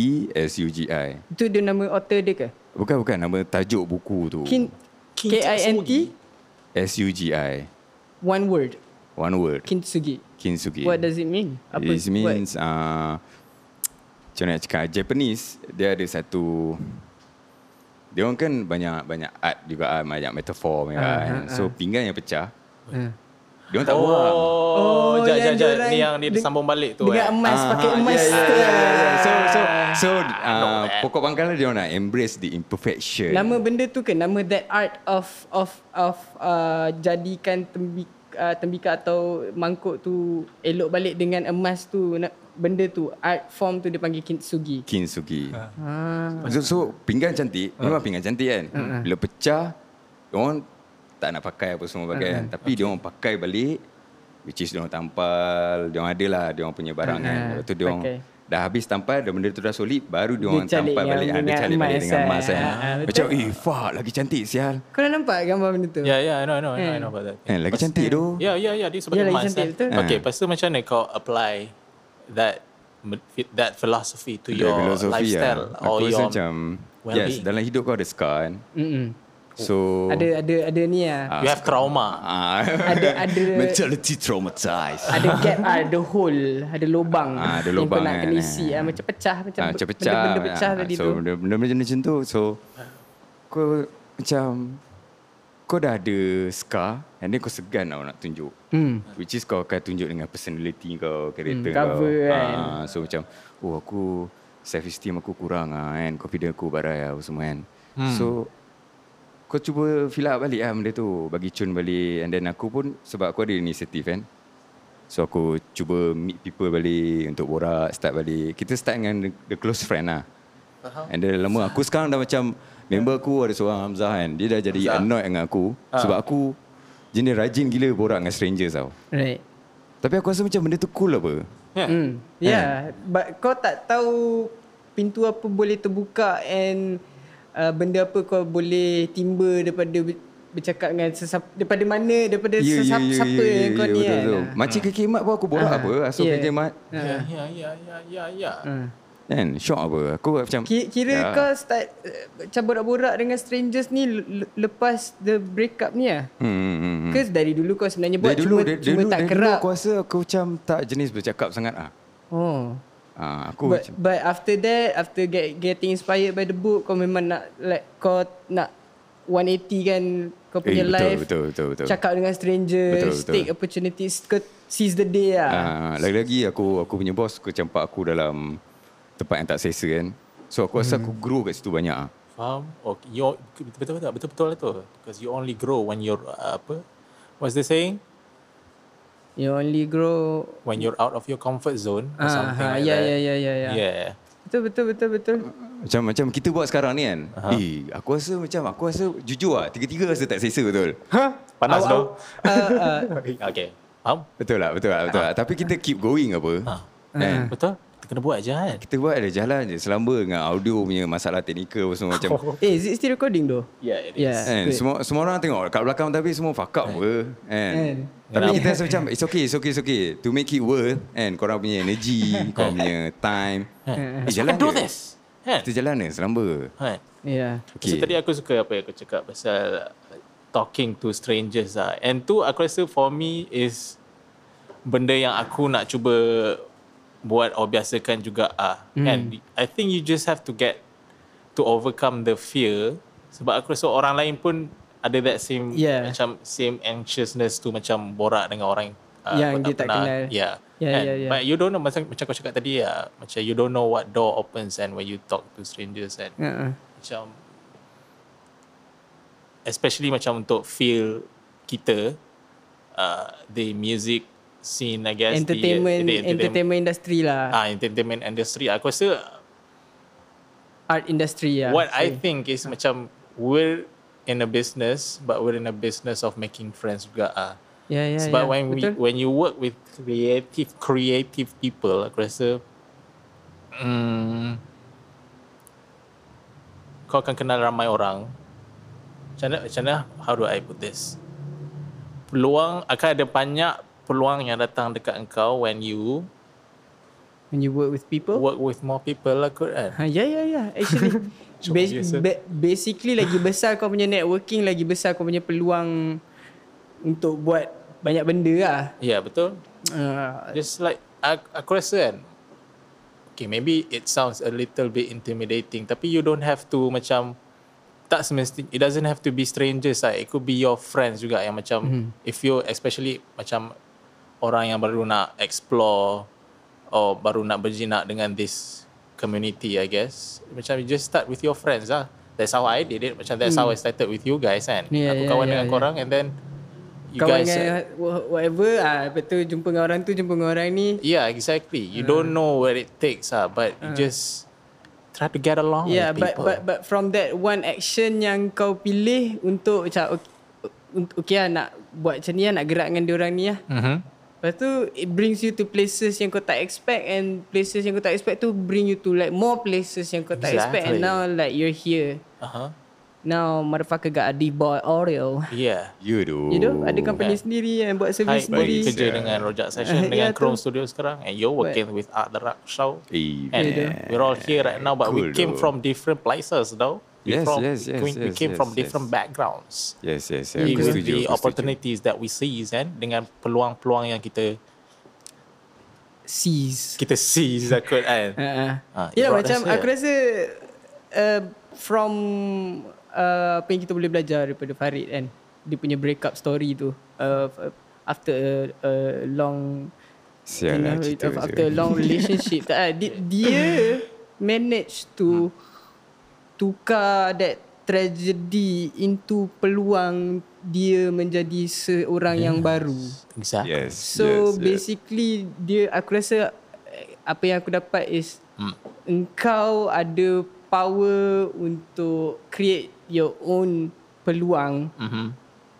K-I-N-T-S-U-G-I.
Tu dia nama author dia ke?
Bukan, bukan. Nama tajuk buku tu.
Kin K-I-N-T
S-U-G-I.
One word
One word.
Kintsugi
Kintsugi.
What does it mean?
Apa? It means uh, Macam mana nak cakap Japanese Dia ada satu Dia orang kan banyak Banyak art juga ah, Banyak metafor uh,
Ah,
kan.
ah,
So pinggan yang pecah
what? Ha.
Dia orang tak
Oh,
faham
oh
Oh,
jap, jap,
yang
jap.
diorang
Ni yang dia
deng-
sambung balik tu.
Dengan
eh.
emas
Ah,
Pakai
yeah,
emas tu
yeah,
lah.
yeah, yeah. So so so
know
uh,
that.
pokok pangkalnya dia orang nak embrace the imperfection.
Nama benda tu ke? Nama that art of of of uh, jadikan tembik uh, tembika atau mangkuk tu elok balik dengan emas tu na- benda tu art form tu dia panggil kintsugi.
kintsugi.
Ah.
So, so pinggan cantik, memang pinggan cantik kan. Bila pecah, dia orang tak nak pakai apa semua
Ah,
pakai kan. Tapi dia orang pakai balik which is dia orang tampal, dia orang adalah dia orang punya barang kan.
Ah,
Lepas tu dia orang
pakai.
dah habis tampal dan benda tu dah solid baru dia
Dia
orang
calik
tampal
yang
balik Ah, dia
dengan
calik balik
emas,
dengan
ah.
emas kan.
Ah, ah, betul.
Macam eh fuck lagi cantik sial.
Kau dah nampak gambar benda tu?
Yeah, yeah, I know, I know, I know, I know about that.
Eh lagi cantik tu.
Ya, ya, ya. Dia
Hmm. Ya,
sebagai
lagi
emas.
cantik,
eh.
betul.
Okay,
Ah.
lepas tu macam mana kau apply that that philosophy to your
Philosophy lah.
lifestyle or
Aku rasa
your
macam yes,
well-being.
dalam hidup kau ada scar kan.
Mm-mm.
So
Ada ada ada ni ah.
you have trauma.
ah,
Ada ada
mentality traumatized.
ada gap ah, ada hole, ada lubang.
Ah, ada
yang
lubang
kau nak
kan,
kena
eh.
isi ah, macam pecah macam
macam ah, pecah
benda pecah
ah,
tadi
so,
tu.
benda, benda macam macam tu so kau macam kau dah ada scar and then kau segan tau nak tunjuk
Hmm.
which is kau akan tunjuk dengan personality kau karakter
Hmm, cover
kau
kan.
Ah, so macam oh aku self esteem aku kurang ah kan confidence aku barai ah apa semua kan
Hmm.
so kau cuba fill up balik lah benda tu bagi cun balik and then aku pun sebab aku ada inisiatif kan So aku cuba meet people balik untuk borak, start balik. Kita start dengan the, the close friend lah. And then lama aku sekarang dah macam member aku ada seorang Hamzah kan. Dia dah jadi
Hamzah.
annoyed dengan aku sebab aku jenis rajin gila borak dengan strangers tau.
Right.
Tapi aku rasa macam benda tu cool apa.
Yeah.
Hmm. Ya, yeah. but kau tak tahu pintu apa boleh terbuka and uh, benda apa kau boleh timba daripada ber- bercakap dengan sesapa daripada mana daripada
Ya,
yeah, sesapa yeah, yeah, siapa yeah, yang kau yeah, ni
betul,
kan. Ha.
betul. Makcik hmm. kekemat pun aku borak
Ah,
apa. Asal
yeah.
yeah. kekemat.
Hmm.
Yeah, yeah, yeah, yeah, yeah, yeah.
Ah.
Kan, syok apa. Aku macam...
Ki- Kira
Ya.
kau start uh, macam borak-borak dengan strangers ni le- le- lepas the break up ni ah.
Hmm, hmm, hmm, hmm.
ke dari dulu kau sebenarnya buat
Dari dulu,
cuma,
dari,
cuma
dulu,
tak
dari dulu
kerap?
aku rasa aku macam tak jenis bercakap sangat ah.
oh.
Ah, aku macam
But, but after that, after get, getting inspired by the book, kau memang nak like kau nak 180 kan kau
Eh,
punya
betul,
life.
betul, betul, betul.
Cakap dengan strangers,
Betul, betul.
take opportunities, kau seize the day lah.
Ah, lagi-lagi aku aku punya bos aku campak aku dalam tempat yang tak selesa kan. So aku rasa
Hmm.
aku grow kat situ banyak ah.
Faham? Okay. You betul betul betul betul lah tu. Because you only grow when you're uh, apa? What's the saying?
You only grow
When you're out of your comfort zone or
Ah,
something.
ah,
like
yeah,
that.
yeah, yeah, yeah, yeah.
Yeah.
Betul betul betul betul.
Macam macam kita buat sekarang ni kan. Eh, aku rasa macam aku rasa jujur ah, tiga-tiga rasa tak selesa betul.
Panas tu.
Uh, uh,
Okay. Faham? Ha.
Betul lah, betul lah, betul
Ah.
lah. Tapi kita keep going apa. Eh,
Hmm.
Betul? Kita kena buat je kan?
kita buat ada jalan je selamba dengan audio punya masalah teknikal apa semua macam.
eh, is it still recording though?
Yeah, it is.
Yeah.
Kan?
Wait.
Semua semua orang tengok kat belakang tapi semua fuck up apa. Kan?
Eh, Kan?
Tapi kita rasa macam it's okay, it's okay, it's okay. To make it worth kan korang punya energy, korang punya time. Eh,
We can do
je.
this. Kan?
Kita jalan ni selamba.
Kan?
Yeah.
Okay. So tadi aku suka apa yang aku cakap pasal uh, talking to strangers lah. And tu aku rasa for me is benda yang aku nak cuba buat or biasakan juga ah.
Hmm.
Mm. And I think you just have to get to overcome the fear sebab aku rasa orang lain pun ada that same
Yeah.
macam same anxiousness tu macam borak dengan orang uh,
Yang
kau
dia tak kenal.
Yeah.
Yeah,
kan?
yeah, yeah.
But you don't know macam macam kau cakap tadi ya, macam you don't know what door opens and when you talk to strangers and
Uh-uh.
macam especially macam untuk feel kita uh, the music scene I guess the-
Entertainment,
the,
entertainment industry lah.
eh, ah entertainment industry aku rasa
Art industry lah.
what
So,
I think is macam we're in a business but we're in a business of making friends juga ah
Yeah, yeah,
sebab
yeah.
when we,
Ya, Betul?
when you work with creative creative people aku rasa mm, kau akan kenal ramai orang macam mana, macam mana how do I put this peluang akan ada banyak peluang yang datang dekat engkau when you
when you work with people.
work with more people lah kot kan
Ha, ya, ya, ya. Actually, bas-
biasa.
ba- basically lagi besar kau punya networking, lagi besar kau punya peluang untuk buat banyak benda lah.
ya yeah, betul
Uh,
Just like aku, aku rasa kan Okay maybe it sounds a little bit intimidating Tapi you don't have to macam Tak semesti It doesn't have to be strangers lah It could be your friends juga Yang macam
Mhm.
mm. If you especially Macam Orang yang baru nak explore Or baru nak berjinak dengan this Community I guess Macam you just start with your friends lah That's how I did it Macam that's mm. how I started with you guys kan
Hmm. Yeah,
Aku
yeah,
kawan
yeah,
dengan
yeah.
korang And then You guys
kawan
eh.
dengan wha- whatever, ah, lepas tu jumpa dengan orang tu, jumpa dengan orang ni.
Yeah, exactly. You
Hmm.
don't know where it takes, ah, but you just try to get along with
Yeah, Ya, but
Oh, people.
but but from that one action yang kau pilih untuk macam okay, okay lah, nak buat macam ni lah, nak gerak dengan diorang ni lah.
mm-hmm.
Lepas tu it brings you to places yang kau tak expect and places yang kau tak expect tu bring you to like more places yang kau tak expect and
Exactly.
now like you're here.
uh-huh.
Now motherfucker got a D-boy Oreo.
Yeah.
You do.
You know Ya, ada company
Yeah.
sendiri yang buat
Hai, pergi
servis sendiri.
baik.
kerja dengan Rojak Session
Yeah,
dengan
tu.
Chrome Studio sekarang and you're working with Art The Rock Show.
Eh,
And
yeah.
we're all here right now but we
Cool
came
though.
from different places though. We
Yes,
from,
yes, yes,
we, we
yes,
came
yes,
from
yes.
different backgrounds.
Yes, yes, yes. Aku
Even
setuju.
the
aku setuju.
opportunities that we see kan dengan peluang-peluang yang kita
Seas.
kita see zakut kan.
Ha.
Ah, it
Ya
brought us
macam
here.
aku rasa uh, from uh, apa yang kita boleh belajar daripada Farid kan. Dia punya breakup story tu uh, after a, a long
Sial
you
lah
know,
cerita je.
of- after a long relationship tak lah. dia, dia manage
Hmm.
to tukar that tragedy into peluang dia menjadi seorang yang baru
Exactly.
Yes. yes,
so
yes.
basically dia aku rasa eh, apa yang aku dapat is
Hmm.
engkau ada power untuk create your own peluang
Mm-hmm.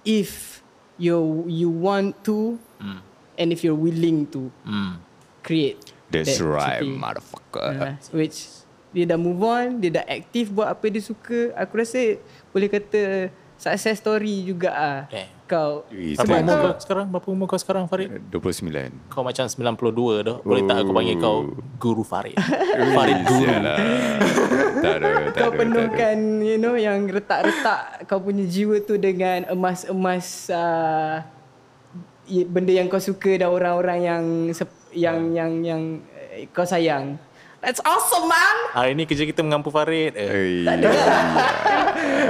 if you you want to
Mm.
Hmm.
and if you're willing to
Mm.
create
That's
that
right,
city.
motherfucker.
Ah, which dia dah move on dia dah aktif buat apa dia suka aku rasa boleh kata success story juga ah
Eh.
Damn.
kau
Ui,
Berapa
thanks.
umur kau sekarang? Berapa umur kau sekarang Farid?
29.
Kau macam 92 dah. Boleh tak aku panggil kau
Oh.
Guru Farid? Farid Guru.
Sialah. tak ada, tak ada,
kau
tak ada.
penuhkan you know yang retak-retak kau punya jiwa tu dengan emas-emas uh, benda yang kau suka dan orang-orang yang sep-
Ah.
yang yang yang eh, kau sayang. That's awesome man.
Hari ni kerja kita mengampu Farid. Eh.
Ui,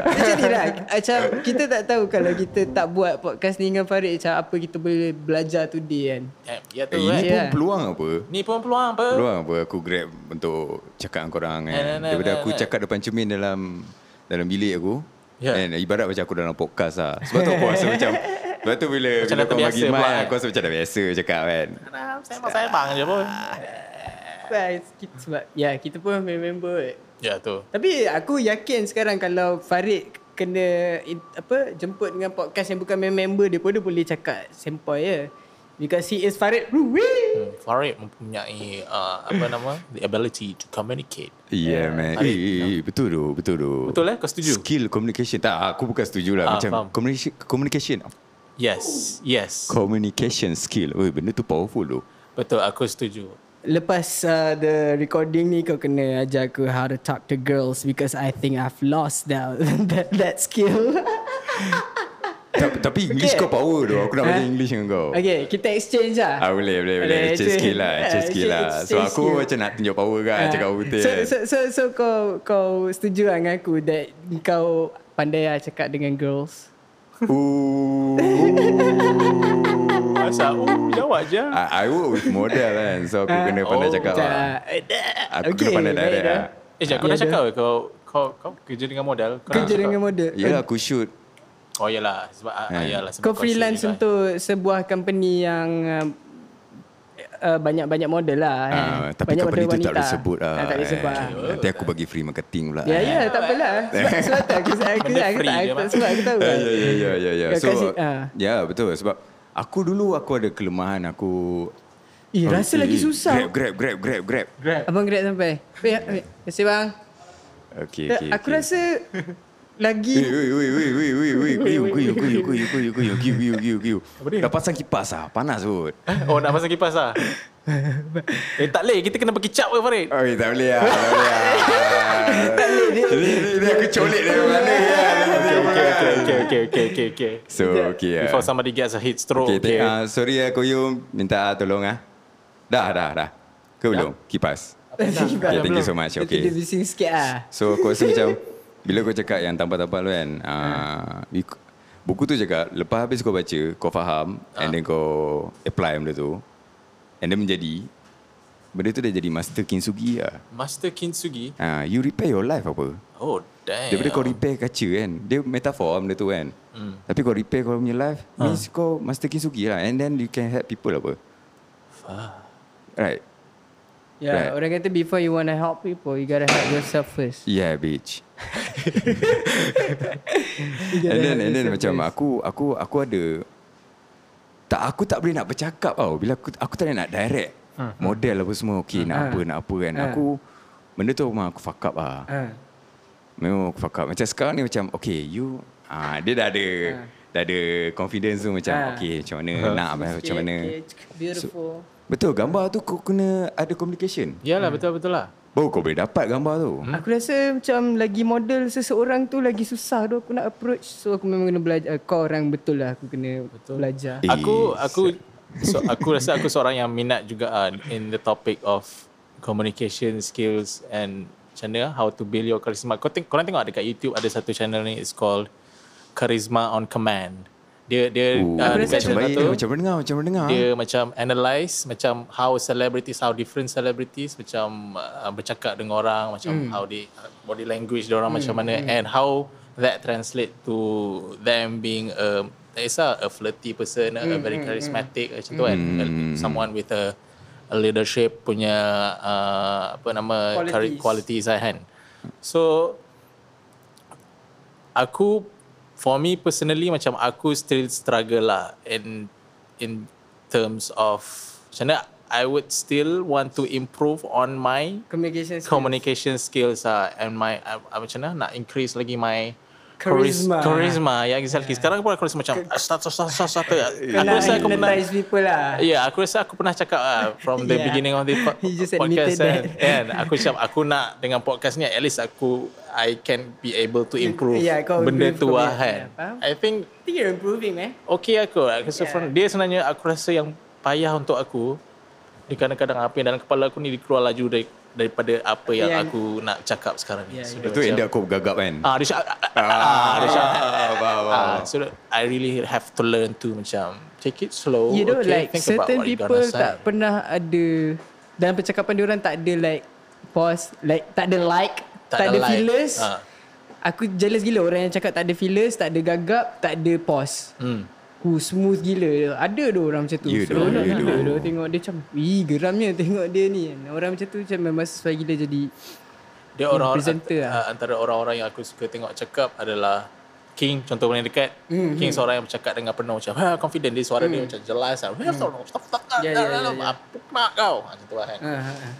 Macam ni lah Macam kita tak tahu Kalau kita tak buat podcast ni Dengan Farid Macam apa kita boleh belajar today kan
Eh, ya tu
eh,
eh.
ini pun
Yeah.
peluang apa?
Ni pun peluang apa?
Peluang apa aku grab untuk cakap dengan korang kan.
Eh, nah, nah,
Daripada
nah,
aku
nah. Ya.
cakap depan cermin dalam dalam bilik aku.
Yeah.
And ibarat macam aku dalam podcast lah. Sebab tu aku rasa macam Sebab tu bila,
Macam dah
bila kau bagi
terbiasa
mic
pula, eh.
aku rasa macam dah biasa cakap kan.
Sembang-sembang je pun.
Sebab kita- Sebab Ya kita pun member
Ya tu.
Tapi aku yakin sekarang Kalau Farid Kena in- Apa Jemput dengan podcast Yang bukan member Dia pun dia boleh cakap Sempoi ya Because he is Farid Rui
Hmm, Farid mempunyai uh, apa nama? The ability to communicate.
Yeah, man. Eh, eh, eh, betul tu, betul tu.
Betul eh? Kau setuju?
Skill communication. Tak, aku bukan setuju
Ah,
lah.
faham.
macam communication, communication.
Yes. Yes.
Communication skill. Oi, benda tu powerful tu.
Betul, aku setuju.
Lepas uh, the recording ni kau kena ajar aku how to talk to girls because I think I've lost now that that skill.
Ta- Tapi English
Okay.
kau power tu. Aku nak
Ha?
belajar English dengan kau.
Okay, kita exchange lah.
Ah, boleh, boleh, boleh.
Boleh,
Change
exchange.
skill lah.
Ah,
Change skill lah. So,
change
aku
skill.
macam nak tunjuk power kan.
Ah.
Cakap putih.
So, so, so, so kau, kau setuju lah dengan aku that kau pandai lah cakap dengan girls?
Masa oh, jawab je.
Ah, I, I work with model kan. So,
Ha.
aku kena pandai cakap
Macam,
lah.
ah,
Aku kena pandai
Oh. baik
direct
dah.
lah.
Eh, Jack, kau
Ya,
dah
dah.
cakap ke kau kau kau kerja dengan model? Kau
Kerja
dah cakap?
dengan model.
Yelah, Ya, aku shoot.
Oh yalah sebab ha.
Eh.
yalah sebab lah.
Kau
shoot
freelance
juga.
untuk sebuah company yang um, uh, banyak-banyak model lah. eh.
Ah, tapi
Banyak
company
model
tu tak boleh
wanita.
sebut lah.
Ah, tak boleh sebut
Eh,
lah.
Nanti aku bagi free marketing pula.
Ya,
Eh.
ya, tak apalah. Sebab, sebab tak, aku, aku,
Benda
aku,
free
tak,
je,
aku,
Mat.
sebab aku tahu.
Ya,
lah.
ya, ya, ya, ya, ya.
Kau
So,
kasi- ah.
ya, betul. Sebab aku dulu aku ada kelemahan aku...
Eh, rasa
Eh,
lagi
eh,
susah.
Grab, grab, grab, grab, grab.
Abang grab sampai. Wait, wait. Terima kasih bang.
Okay,
Okay,
okay.
Eh, aku
okay.
rasa
Wei
lagi
wei wei wei wei wei wei kuyu kuyu kuyu kuyu kuyu kuyu kuyu kuyu kuyu kuyu. Dah pasang kipas ah, panas kot.
Oh nak pasang kipas ah. eh tak leh kita kena berkicap ke Farid?
Oi, tak boleh ah, tak boleh ah. Ni ni ni aku colik dia mana
Okay okay okay okay okay okay. okay.
So okay ah.
Before somebody gets a heat stroke.
Okay,
Okay.
okay. Uh, sorry ah Koyum, minta ah, tolong ah. Dah dah dah. Ke belum? Kipas. Okay, thank you so much.
Nanti dia
Okay.
bising sikit lah
So aku rasa macam bila kau cakap yang tampal-tampal tu kan, ah, ik- buku tu cakap lepas habis kau baca, kau faham and then kau apply benda tu. And then menjadi benda tu dah jadi master kintsugi lah.
Master Kintsugi.
Ah, you repair your life apa?
Oh damn.
Daripada kau repair kaca kan. Dia metafor lah benda tu kan. Tapi kau repair kau punya life means kau master kintsugi lah and then you can help people apa. Right.
Ya, yeah,
Right.
orang kata before you wanna help people, you gotta help yourself first.
Yeah, bitch.
You gotta
And then,
help
and then
yourself
macam
first.
aku aku aku ada tak aku tak boleh nak bercakap tau bila aku aku tak boleh nak direct model apa semua okey nak
Ah.
apa nak apa kan
Ah.
aku benda tu memang aku fuck up ah
Ah.
memang aku fuck up macam sekarang ni macam okay you ah dia dah ada dah ada confidence tu macam
Ah.
okay macam mana nak apa, macam mana
Okay, beautiful.
betul gambar tu kau kena ada communication
Yalah betul betul lah.
baru kau boleh dapat gambar tu
Hmm?
Aku rasa macam lagi model seseorang tu lagi susah tu aku nak approach. So aku memang kena belajar. Kau orang betul lah aku kena betul. belajar.
Eh,
Aku aku so, aku rasa aku seorang yang minat juga uh, in the topic of communication skills and macam mana how to build your charisma. Kau tengok korang tengok ada kat YouTube ada satu channel ni it's called Charisma on Command. Dia dia
Ooh,
uh, dekat
Eh, macam
rasa
channel
baik
tu,
tu, macam mendengar macam mendengar
dia macam analyze macam how celebrities how different celebrities macam uh, bercakap dengan orang macam how they uh, body language dia orang macam mana and how that translate to them being a tak kisah a flirty person a very charismatic macam tu kan A- someone with a, a leadership punya uh, apa nama
Qualities.
chari- qualities lah kan so aku for me personally macam aku still struggle lah in in terms of macam mana I would still want to improve on my
Communication
ah,
skills.
communication skills ah and my uh, macam mana nak increase lagi my
Charisma.
Charisma yang Zalki Sekarang pun aku rasa macam "Ah, Satu satu satu satu Aku
Kena
rasa aku pernah
hypnotize people lah.
Ya, yeah, aku rasa aku pernah cakap ah from the
Yeah.
beginning of the po-
You just
podcast kan.
admitted that.
kan. Aku macam aku nak dengan podcast ni at least aku I can be able to improve
yeah, kau
benda tu
improve from
lah
it.
kan.
Yeah, faham.
I think
I think you're improving eh.
okay aku. ah. Aku rasa
Yeah.
from, dia sebenarnya aku rasa yang payah untuk aku dia kadang-kadang apa yang dalam kepala aku ni dia keluar laju dari, daripada apa yang
Yeah.
aku nak cakap sekarang ni.
Yeah,
So,
yeah.
dia
Itu
macam-
end aku bergagap kan.
Ah, dia cakap, ah, ah, ah, dia cakap,
Oh.
Ah, so that I really have to learn to macam take it slow.
You know
Oh, okay,
like
think about
certain
what you
people
gonna say.
tak pernah ada dalam percakapan diorang tak ada like pause, like tak ada like, tak, ada
like.
fillers.
Ah.
Aku jealous gila orang yang cakap tak ada fillers, tak ada gagap, tak ada pause.
Hmm.
Who smooth gila Ada tu orang macam tu
You do,
Seronok
you
gila
do.
tu. Tengok dia macam Ih geramnya tengok dia ni Orang macam tu macam memang sesuai gila jadi
Dia orang
presenter
ant-
lah.
ah, antara orang-orang yang aku suka tengok cakap adalah King contoh paling dekat
Hmm,
mm-hmm. King seorang yang bercakap dengan penuh macam ha, confident dia suara mm. dia macam jelas lah. Mm. Stop stop stop. Ya
Ya, ya,
ya
ya, ya.
Apa nak kau? Ha, macam tu lah kan.
ha, ha, ha.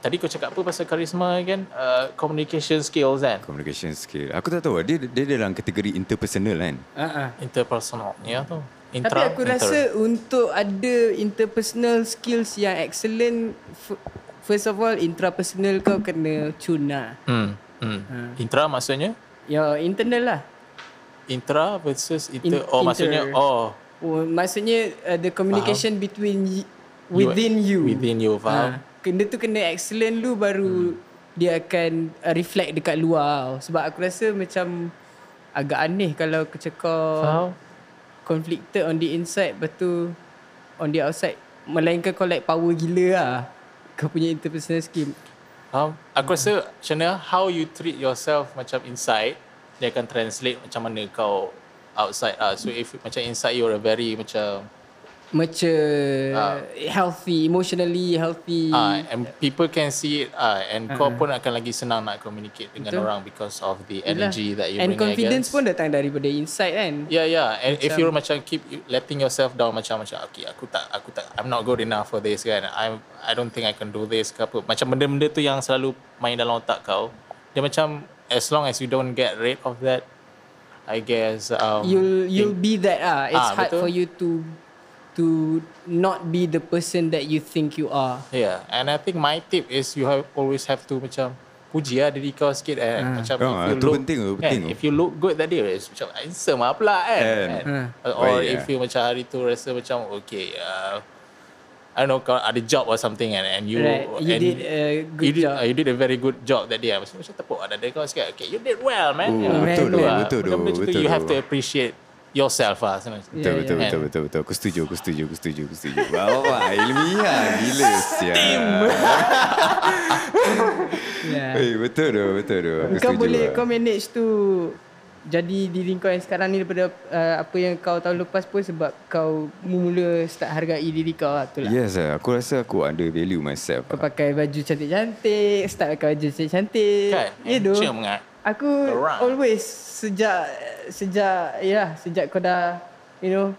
Tadi kau cakap apa pasal karisma kan? Uh, communication skills kan?
Communication skill. Aku tak tahu. Dia dia dalam kategori interpersonal kan.
Ha, ha.
Interpersonal. Ya tu.
Tapi
Intra,
aku
inter.
rasa untuk ada interpersonal skills yang excellent f- First of all intrapersonal kau kena tune lah
hmm. Hmm. Intra maksudnya
Your internal lah
intra versus inter.
In-
oh maksudnya
inter.
oh
oh, Maksudnya uh, the communication between y- Within you
within you faham? Hmm.
Ha. Benda tu kena excellent dulu baru dia akan uh, reflect dekat luar. Sebab aku rasa macam agak aneh kalau aku cakap
Faham?
conflicted on the inside lepas tu on the outside melainkan kau like power gila lah. Kau punya interpersonal skill.
Faham? Aku rasa macam mana how you treat yourself macam inside dia akan translate macam mana kau outside ah. So if macam inside you're a very macam
Macam healthy, emotionally healthy.
ah and people can see it ah and kau pun akan lagi senang nak communicate dengan
Betul.
orang because of the
Yelah.
energy that you
And
bring I
confidence
guess.
pun datang daripada inside kan.
Yeah yeah and if you're macam keep you- letting yourself down macam macam okay aku tak aku tak I'm not good enough for this kan I I don't think I can do this ke apa macam benda-benda tu yang selalu main dalam otak kau dia macam as long as you don't get rid of that I guess um
you'll you'll be that ah it's
Ah,
hard
betul.
for you to to not be the person that you think you are
yeah and I think my tip is you have always have to macam puji lah diri kau sikit eh.
Hmm.
macam if
Ah,
you
tu
look
penting tu,
kan,
penting tu.
if you look good that day it's macam handsome lah pula kan,
Kan.
kan?
Ah.
or
Right,
if you macam hari tu rasa macam okay uh, I don't know kau ada job or something and, and you
right you
and
did a good
you did,
job
uh, you did a very good job that day. eh. Macam macam tepuk ada kau sikit. Okay, you did well, man. Ah,
Oh,
betul
tu
tu,
lah.
betul tu,
Benda-benda macam tu,
betul
You
tu.
have to appreciate yourself lah. sebenarnya.
Ya,
Betul,
kan?
betul,
yeah.
betul, betul, betul. Aku setuju, aku setuju, aku setuju, aku setuju. Wah, wah, ilmiah lah, gila siap.
yeah.
Eh, betul tu, betul tu. Aku
kau
setuju
boleh
lah.
kau manage tu jadi diri kau yang sekarang ni daripada uh, apa yang kau tahun lepas pun sebab kau mula start hargai diri kau lah tu lah
Yes, ah, aku rasa aku under value myself.
kau
ah.
pakai baju cantik-cantik start pakai baju cantik-cantik
Kan?
ya tu
Cuma mengat.
Aku
Orang.
always sejak sejak ya sejak kau dah you know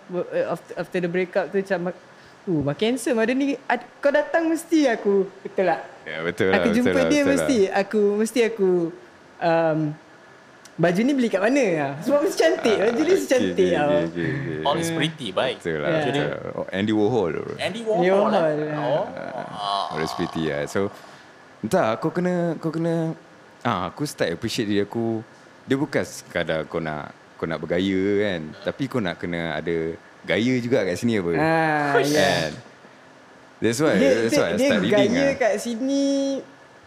after, after the breakup tu macam uh makin handsome ada ni ad, kau datang mesti aku betul tak?
Ya, betul lah.
Aku
betul
jumpa
lah,
dia
betul
mesti aku mesti aku um, baju ni beli kat mana ah? Sebab mesti cantik.
lah.
Baju ni
Okay,
cantik Ya.
okay,
ah.
okay, okay, okay.
All is pretty, baik.
Betul lah.
Yeah.
betul lah. Oh, Andy Warhol. tu.
Andy
Yo,
Warhol. eh?
lah, yeah.
Oh.
Orang seperti lah. So, entah aku kena, kau kena, ah, aku start appreciate diri aku. Dia bukan sekadar kau nak, kau nak bergaya kan. Tapi kau nak kena ada gaya juga kat sini apa.
Ah, ya.
And that's why,
Dia,
Eh, that's
dia,
why I
dia
start reading
gaya kan?
lah.
kat sini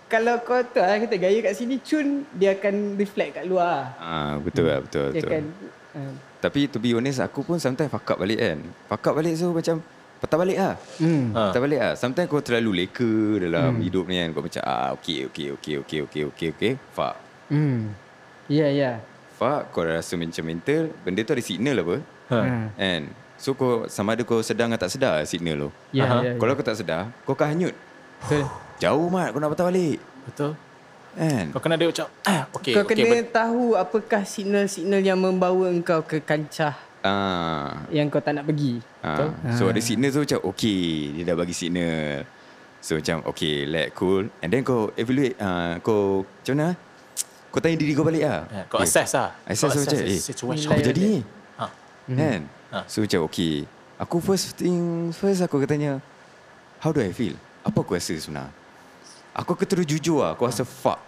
kalau kau tu lah kita gaya kat sini cun dia akan reflect kat luar. lah.
Ah, betul lah, betul,
Dia
betul.
akan um,
Tapi to be honest, aku pun sometimes fuck up balik kan. Fuck up balik so macam, patah balik lah.
hmm.
Ha. Tak balik lah. Sometimes kau terlalu leka dalam hmm. hidup ni kan. Kau macam, ah, okay, okay, okay, okay, okay, okay, okay. Fuck.
Hmm. Ya, ya.
Fuck, kau dah rasa macam mental. Benda tu ada signal apa.
Ha.
Ah.
And so kau, sama ada kau sedar atau tak sedar signal tu.
Ya,
Aha.
ya.
Kalau kau tak sedar, kau akan hanyut.
Betul.
Jauh mat, kau nak patah balik.
Betul.
Kan?
Kau kena dia macam, ah, okay,
Kau
okay.
kena
but-
tahu apakah signal-signal yang membawa engkau ke kancah
Ah,
yang kau tak nak pergi.
Ha. So ada signal tu macam okay, dia dah bagi signal. So macam okay, let cool and then kau evaluate ah uh, kau macam mana? Kau tanya diri kau balik lah
Ha, kau assess lah. Kau
Assess kau macam
assess the
Eh
situation.
apa jadi ni
Ha.
Mm-hmm.
Kan
Ha.
Ah.
So macam okay Aku first thing First aku akan tanya How do I feel Apa aku rasa sebenarnya Aku akan terus jujur lah Aku rasa fuck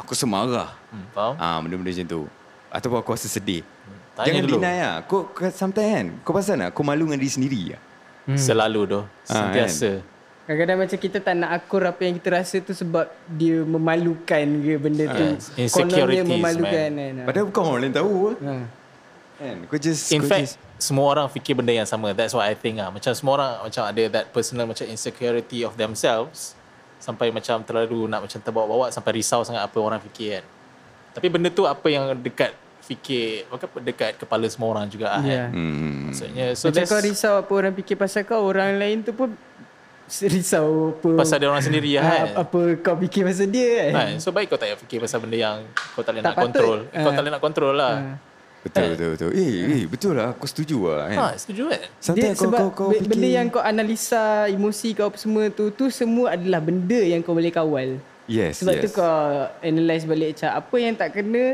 Aku semarah
Hmm, faham?
Ah, benda-benda macam tu. Ataupun aku rasa sedih.
Tanya
Jangan
dulu.
deny lah. Kau, kau sometimes kan, kau pasal nak, kau malu dengan diri sendiri lah.
Ya.
Selalu tu.
kan?
Sentiasa.
Kadang-kadang macam kita tak nak akur apa yang kita rasa tu sebab dia memalukan ke benda tu.
Yes.
Kononnya
Insecurities,
memalukan
man.
kan.
Ah, Padahal bukan orang lain tahu lah.
ha.
Kan? Kau just...
In
kau
fact,
just,
semua orang fikir benda yang sama. That's what I think lah. Macam semua orang macam ada that personal macam insecurity of themselves. Sampai macam terlalu nak macam terbawa-bawa sampai risau sangat apa orang fikir kan. Tapi benda tu apa yang dekat fikir, apa dekat kepala semua orang juga lah
Yeah.
yeah. kan.
hmm,
Maksudnya, so
So Ya. macam
that's
kau risau apa orang fikir pasal kau, orang lain tu pun risau apa
pasal dia orang sendiri lah kan.
ha, apa kau fikir pasal
Eh.
dia kan.
Kan? So baik kau tak payah fikir pasal benda yang kau tak boleh
Tak
nak
patut.
kontrol. Kau
Eh.
Ah.
tak boleh nak kontrol lah.
Hmm. betul, betul, betul. Eh, eh, betul lah. Aku setuju lah. Kan?
Ha, setuju kan?
Ah, Dia
Sometimes kau,
sebab
kau, kau
be-
fikir...
benda yang kau analisa emosi kau apa semua tu tu semua adalah benda yang kau boleh kawal.
Yes,
Sebab
yes.
tu kau analyse balik macam apa yang tak kena,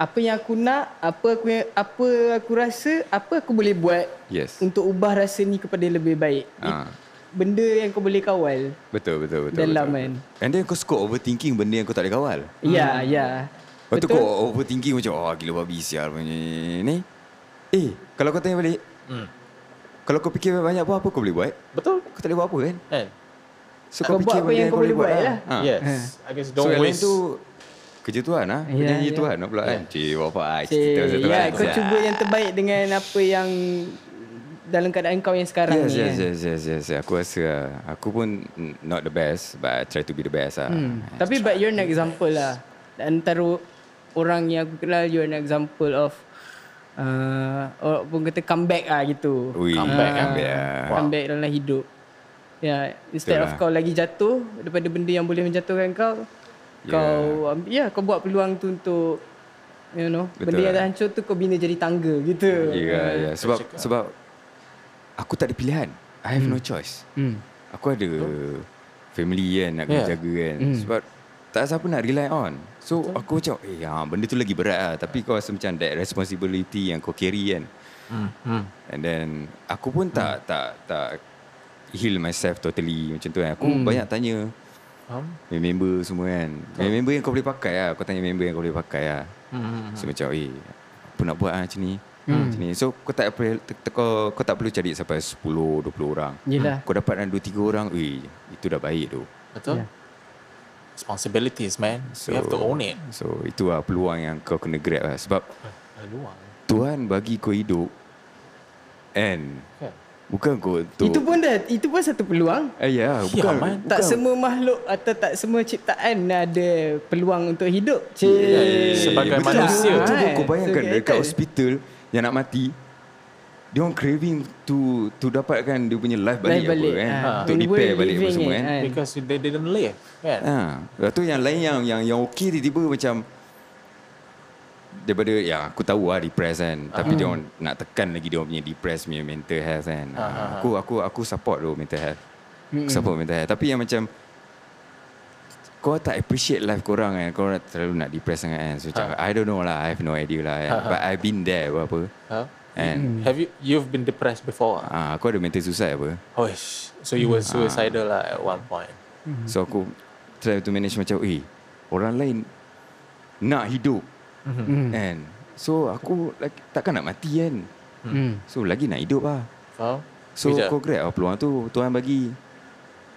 apa yang aku nak, apa aku yang- apa aku rasa, apa aku boleh buat
Yes.
untuk ubah rasa ni kepada lebih baik.
Ah.
It- Benda yang kau boleh kawal.
Betul, betul, betul.
Dalam
betul,
kan.
betul. And then kau suka overthinking benda yang kau tak boleh kawal.
Ya, ya.
Lepas tu Hmm. kau overthinking macam, oh gila babi sial punya ni, ni. Eh, kalau kau tanya balik,
Hmm.
kalau kau fikir banyak apa, apa kau boleh buat?
Betul
Kau tak boleh buat apa kan?
kan?
So
Kau buat apa
benda
yang kau boleh buat eh?
Ha.
Ah. Yes. I guess
So
don't
yang lain
waste.
tu kerja Tuhan lah.
Ya,
Yeah, Penyanyi
ya.
Tuhan lah pula kan. Cik, apa lah. Cerita pasal
Cik,
Tuhan.
ya, kau
Sial.
cuba yang terbaik dengan apa yang dalam keadaan kau yang sekarang
yes, yes,
ni. kan.
yes, yes, yes, yes. Aku rasa lah. Aku pun mm, not the best but I try to be the best lah.
Hmm. Tapi but you're an example lah. Antara orang yang aku kenal, you're an example of uh, orang pun kata comeback ah gitu.
Ui,
Comeback,
ah, comeback lah.
Wow. Comeback dalam hidup. Ya, yeah, instead
Betul
of
lah.
kau lagi jatuh daripada benda yang boleh menjatuhkan kau, yeah. kau ambil- ya yeah, kau buat peluang tu untuk you know,
Betul
benda yang
lah.
dah hancur tu kau bina jadi tangga gitu.
Ya, yeah, yeah. sebab sebab aku tak ada pilihan. I have no choice.
Hmm.
Aku ada family kan nak kena
Yeah. Hmm.
jaga kan. Sebab tak siapa nak rely on. So aku macam eh ha, benda tu lagi berat lah. Tapi kau rasa macam that responsibility yang kau carry kan.
Hmm. Hmm.
And then aku pun tak tak tak heal myself totally macam tu kan. Aku
Hmm.
banyak tanya
Faham?
member semua kan. Member yang kau boleh pakai lah. Kau tanya member yang kau boleh pakai lah.
Hmm.
So macam eh apa nak buat lah macam ni. Macam ni. So kau tak perlu te- te- kau, kau tak perlu cari sampai 10 20 orang.
Yelah.
Kau dapat 2 3 orang, eh itu dah baik tu.
Betul?
Yeah.
Responsibilities man. So, you have to own it.
So itulah peluang yang kau kena grab lah sebab
Luang.
Tuhan bagi kau hidup and
Kan?
bukan kau untuk
Itu pun dah itu pun satu peluang.
Eh, ya, bukan,
man.
bukan
Tak semua makhluk atau tak semua ciptaan ada peluang untuk hidup. Cik.
sebagai
ya, Betul.
manusia.
Betul
Kan?
kau bayangkan
So,
so, dekat
kan?
hospital yang nak mati dia orang craving to to dapatkan dia punya life balik,
Life balik,
apa kan.
ah.
Untuk
When
repair
we're
balik apa
living
semua
it,
kan.
ah.
Because they didn't live. Kan?
Ha. Lepas tu yang lain yang yang yang okey tiba-tiba macam daripada ya aku tahu lah depressed kan tapi dia orang nak tekan lagi dia orang punya depressed punya mental health kan. Ah, Aku aku aku support tu mental health. Aku support mental health tapi yang macam kau tak appreciate life korang kan Kau terlalu nak depressed sangat kan So cakap I don't know lah I have no idea lah kan. But I've been there apa, apa.
Huh?
And
Have you you've been depressed before? ah?
ah, Aku ada mental suicide apa
Oh, sh- so you were
Hmm.
suicidal lah at one point.
So aku try to manage macam eh orang lain nak hidup.
Hmm.
Mm-hmm. And so aku like, takkan nak mati kan.
Hmm.
So lagi nak hidup lah.
Faham?
So
Bijak.
kau grab lah peluang tu Tuhan bagi.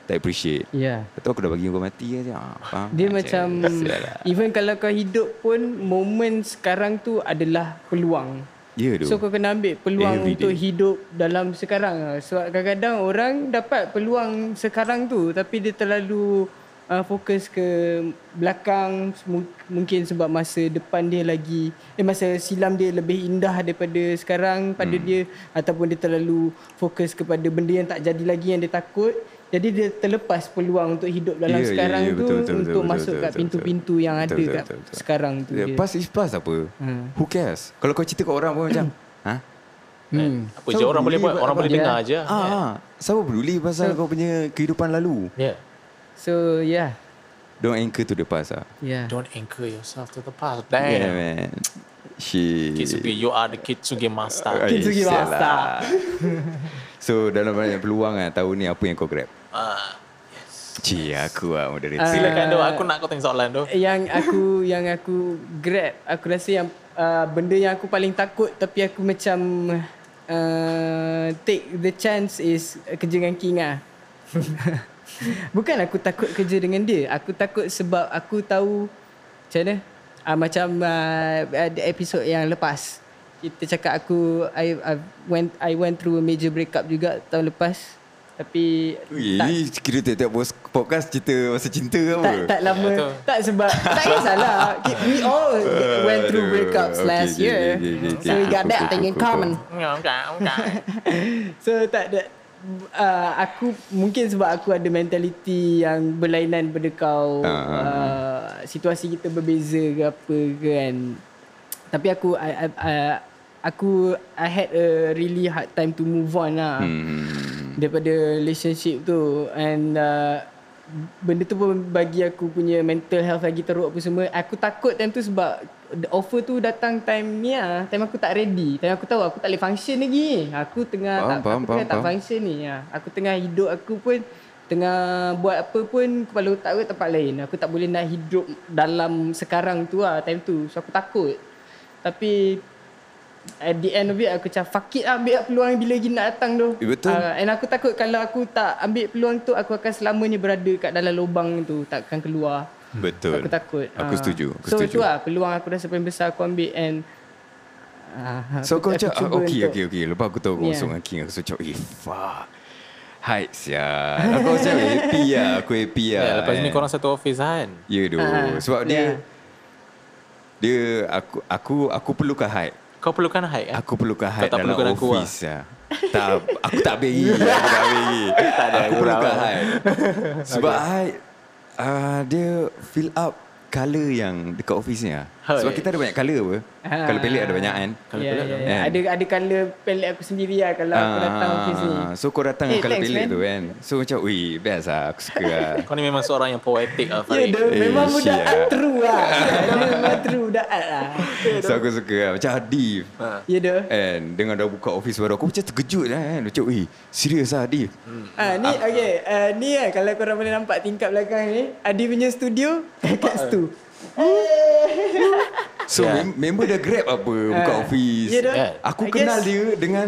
Tak appreciate.
Ya. Yeah.
Lepas tu aku dah bagi kau mati kan. Ah, faham?
Dia
Ah,
macam
sial lah.
even kalau kau hidup pun moment sekarang tu adalah peluang.
Ya tu.
So kau kena ambil peluang
Every
Every untuk
day.
day. hidup dalam sekarang. lah. Sebab kadang-kadang orang dapat peluang sekarang tu tapi dia terlalu uh, fokus ke belakang Mu- mungkin sebab masa depan dia lagi eh masa silam dia lebih indah daripada sekarang pada hmm. dia ataupun dia terlalu fokus kepada benda yang tak jadi lagi yang dia takut. Jadi dia terlepas peluang untuk hidup dalam
Ya, ya,
sekarang
ya,
tu
betul, betul,
untuk
betul,
masuk
betul,
kat
betul,
pintu-pintu
betul.
yang
Betul,
ada
betul,
kat
betul, betul.
sekarang tu.
Ya,
dia.
Pass is pass apa?
Hmm.
Who cares? Kalau kau cerita kat orang pun macam, ha?
Hmm.
kan? Apa je orang boleh buat, orang boleh
Yeah.
dengar je.
Ah, ah. Siapa peduli pasal kau punya kehidupan lalu?
Yeah.
ya, So yeah.
don't anchor to the past ah.
Yeah.
Don't anchor yourself to the past.
Yeah,
Damn.
man. She
Kitsugi, you are the Kitsugi master.
Eh,
Kitsugi
sial
master.
lah. So dalam banyak peluang ah tahun ni apa yang kau grab?
Ah,
Cik aku ah moderator.
Ah.
silakan doh. Aku nak kau tanya soalan doh.
Yang aku yang aku grab, aku rasa yang uh, benda yang aku paling takut tapi aku macam uh, take the chance is kerja dengan King ah. Bukan aku takut kerja dengan dia. Aku takut sebab aku tahu macam mana. Uh, macam uh, ada episod yang lepas kita cakap aku I, I went I went through a major breakup juga tahun lepas. Tapi
Ui,
tak-
Ini kira tiap-tiap bos- podcast cerita masa cinta apa?
tak tak lama
Ya, tu.
tak sebab tak kisahlah Ki- we all get- went through
Aduh.
breakups
Okay,
last
okay,
year
okay, okay, okay.
so we
Cool,
got
cool,
that
cool,
thing in
cool, cool.
common
Enggak, enggak.
so tak ada uh, aku mungkin sebab aku ada mentality yang berlainan pada kau
Ah.
uh, situasi kita berbeza ke apa ke kan tapi aku I, I, I, aku I had a really hard time to move on lah
Hmm.
daripada relationship tu and uh, benda tu pun bagi aku punya mental health lagi teruk apa semua aku takut time tu sebab the offer tu datang time ni lah time aku tak ready time aku tahu aku tak boleh function lagi aku tengah
Faham,
tak,
faham,
aku
faham,
tengah tak
faham.
function ni ah. aku tengah hidup aku pun tengah buat apa pun kepala otak aku tempat lain aku tak boleh nak hidup dalam sekarang tu lah time tu so aku takut tapi At the end of it Aku macam fuck it lah Ambil lah peluang bila lagi nak datang tu
Eh, betul.
Ah, And aku takut Kalau aku tak ambil peluang tu Aku akan selamanya berada Kat dalam lubang tu Takkan keluar
Betul.
Aku takut
Aku
Ah.
setuju. Aku
So
setuju.
tu lah Peluang aku rasa paling besar Aku ambil and ah,
So
aku-
kau
aku
cakap
cuba
ah, Okay
untuk-
okay okay Lepas aku tahu kau
Yeah.
masuk dengan King Aku cakap Eh fuck Hype sial Aku macam happy lah Aku happy lah
Ya, lepas ni
eh.
korang satu office kan?
Ya tu
Ah,
Sebab dia
yeah.
Dia Aku Aku aku perlukan hype
Kau perlukan hike kan?
Aku perlukan
Kau
hype
tak
dalam
perlukan aku lah.
office lah. Tak, aku tak beri. aku tak beri.
ada,
aku
aku
perlukan
rawat.
hype. Sebab okay. hype, uh, dia fill up colour yang dekat office ni lah. Sebab
Hai.
kita ada banyak colour apa.
Ah.
Colour pelik ada banyak kan.
yeah, yeah, yeah.
kan?
Ya,
Ah,
Ada ada kala pelik aku sendiri lah Kalau aku datang office ni
So kau datang
Eh,
hey, colour
thanks,
pelik
man.
tu kan. So macam, weh, best lah. Aku suka lah.
Kau ni memang seorang yang poetic lah
Ya,
Farid.
dia memang
Eh,
budak
shit, ah.
true lah. Dia memang true budak lah.
so aku suka lah. Macam Hadif.
Ya dah.
And dengan dah buka office baru aku macam terkejut lah kan. Macam, weh, serius lah Hadif.
Ah ni okey, uh, ni lah kalau korang boleh nampak tingkap belakang ni, Adi punya studio
lah.
kat situ.
So
Yeah.
yeah. mem- member dah grab apa Buka
Ah.
office
Ya dah.
Yeah.
Aku
I guess-
kenal dia dengan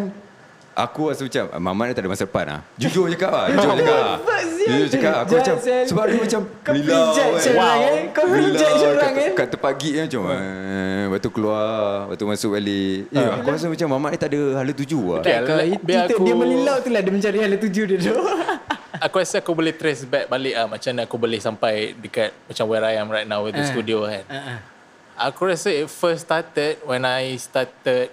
Aku rasa macam "Ah, Mamat ni tak ada masa depan lah Jujur cakap lah Jujur cakap lah
Fuck, Zian.
Jujur cakap Aku
Jangan,
macam
Zian.
Sebab dia macam
Kau
Rilau
pijat
kan.
seorang
Wow.
eh. Kau pijat
Rilau
seorang
kat-
eh.
Kat tempat gig dia macam eh, Lepas tu keluar Lepas tu masuk balik eh, Aku rasa macam Mamat ni tak ada hala tuju lah
Tak.
Kau,
Biar
kita,
aku-
dia melilau tu lah dia mencari hala tuju dia tu.
Aku rasa aku boleh trace back balik lah macam mana aku boleh sampai dekat macam where I am right now with the
Ah.
studio kan. Aku rasa it first started when I started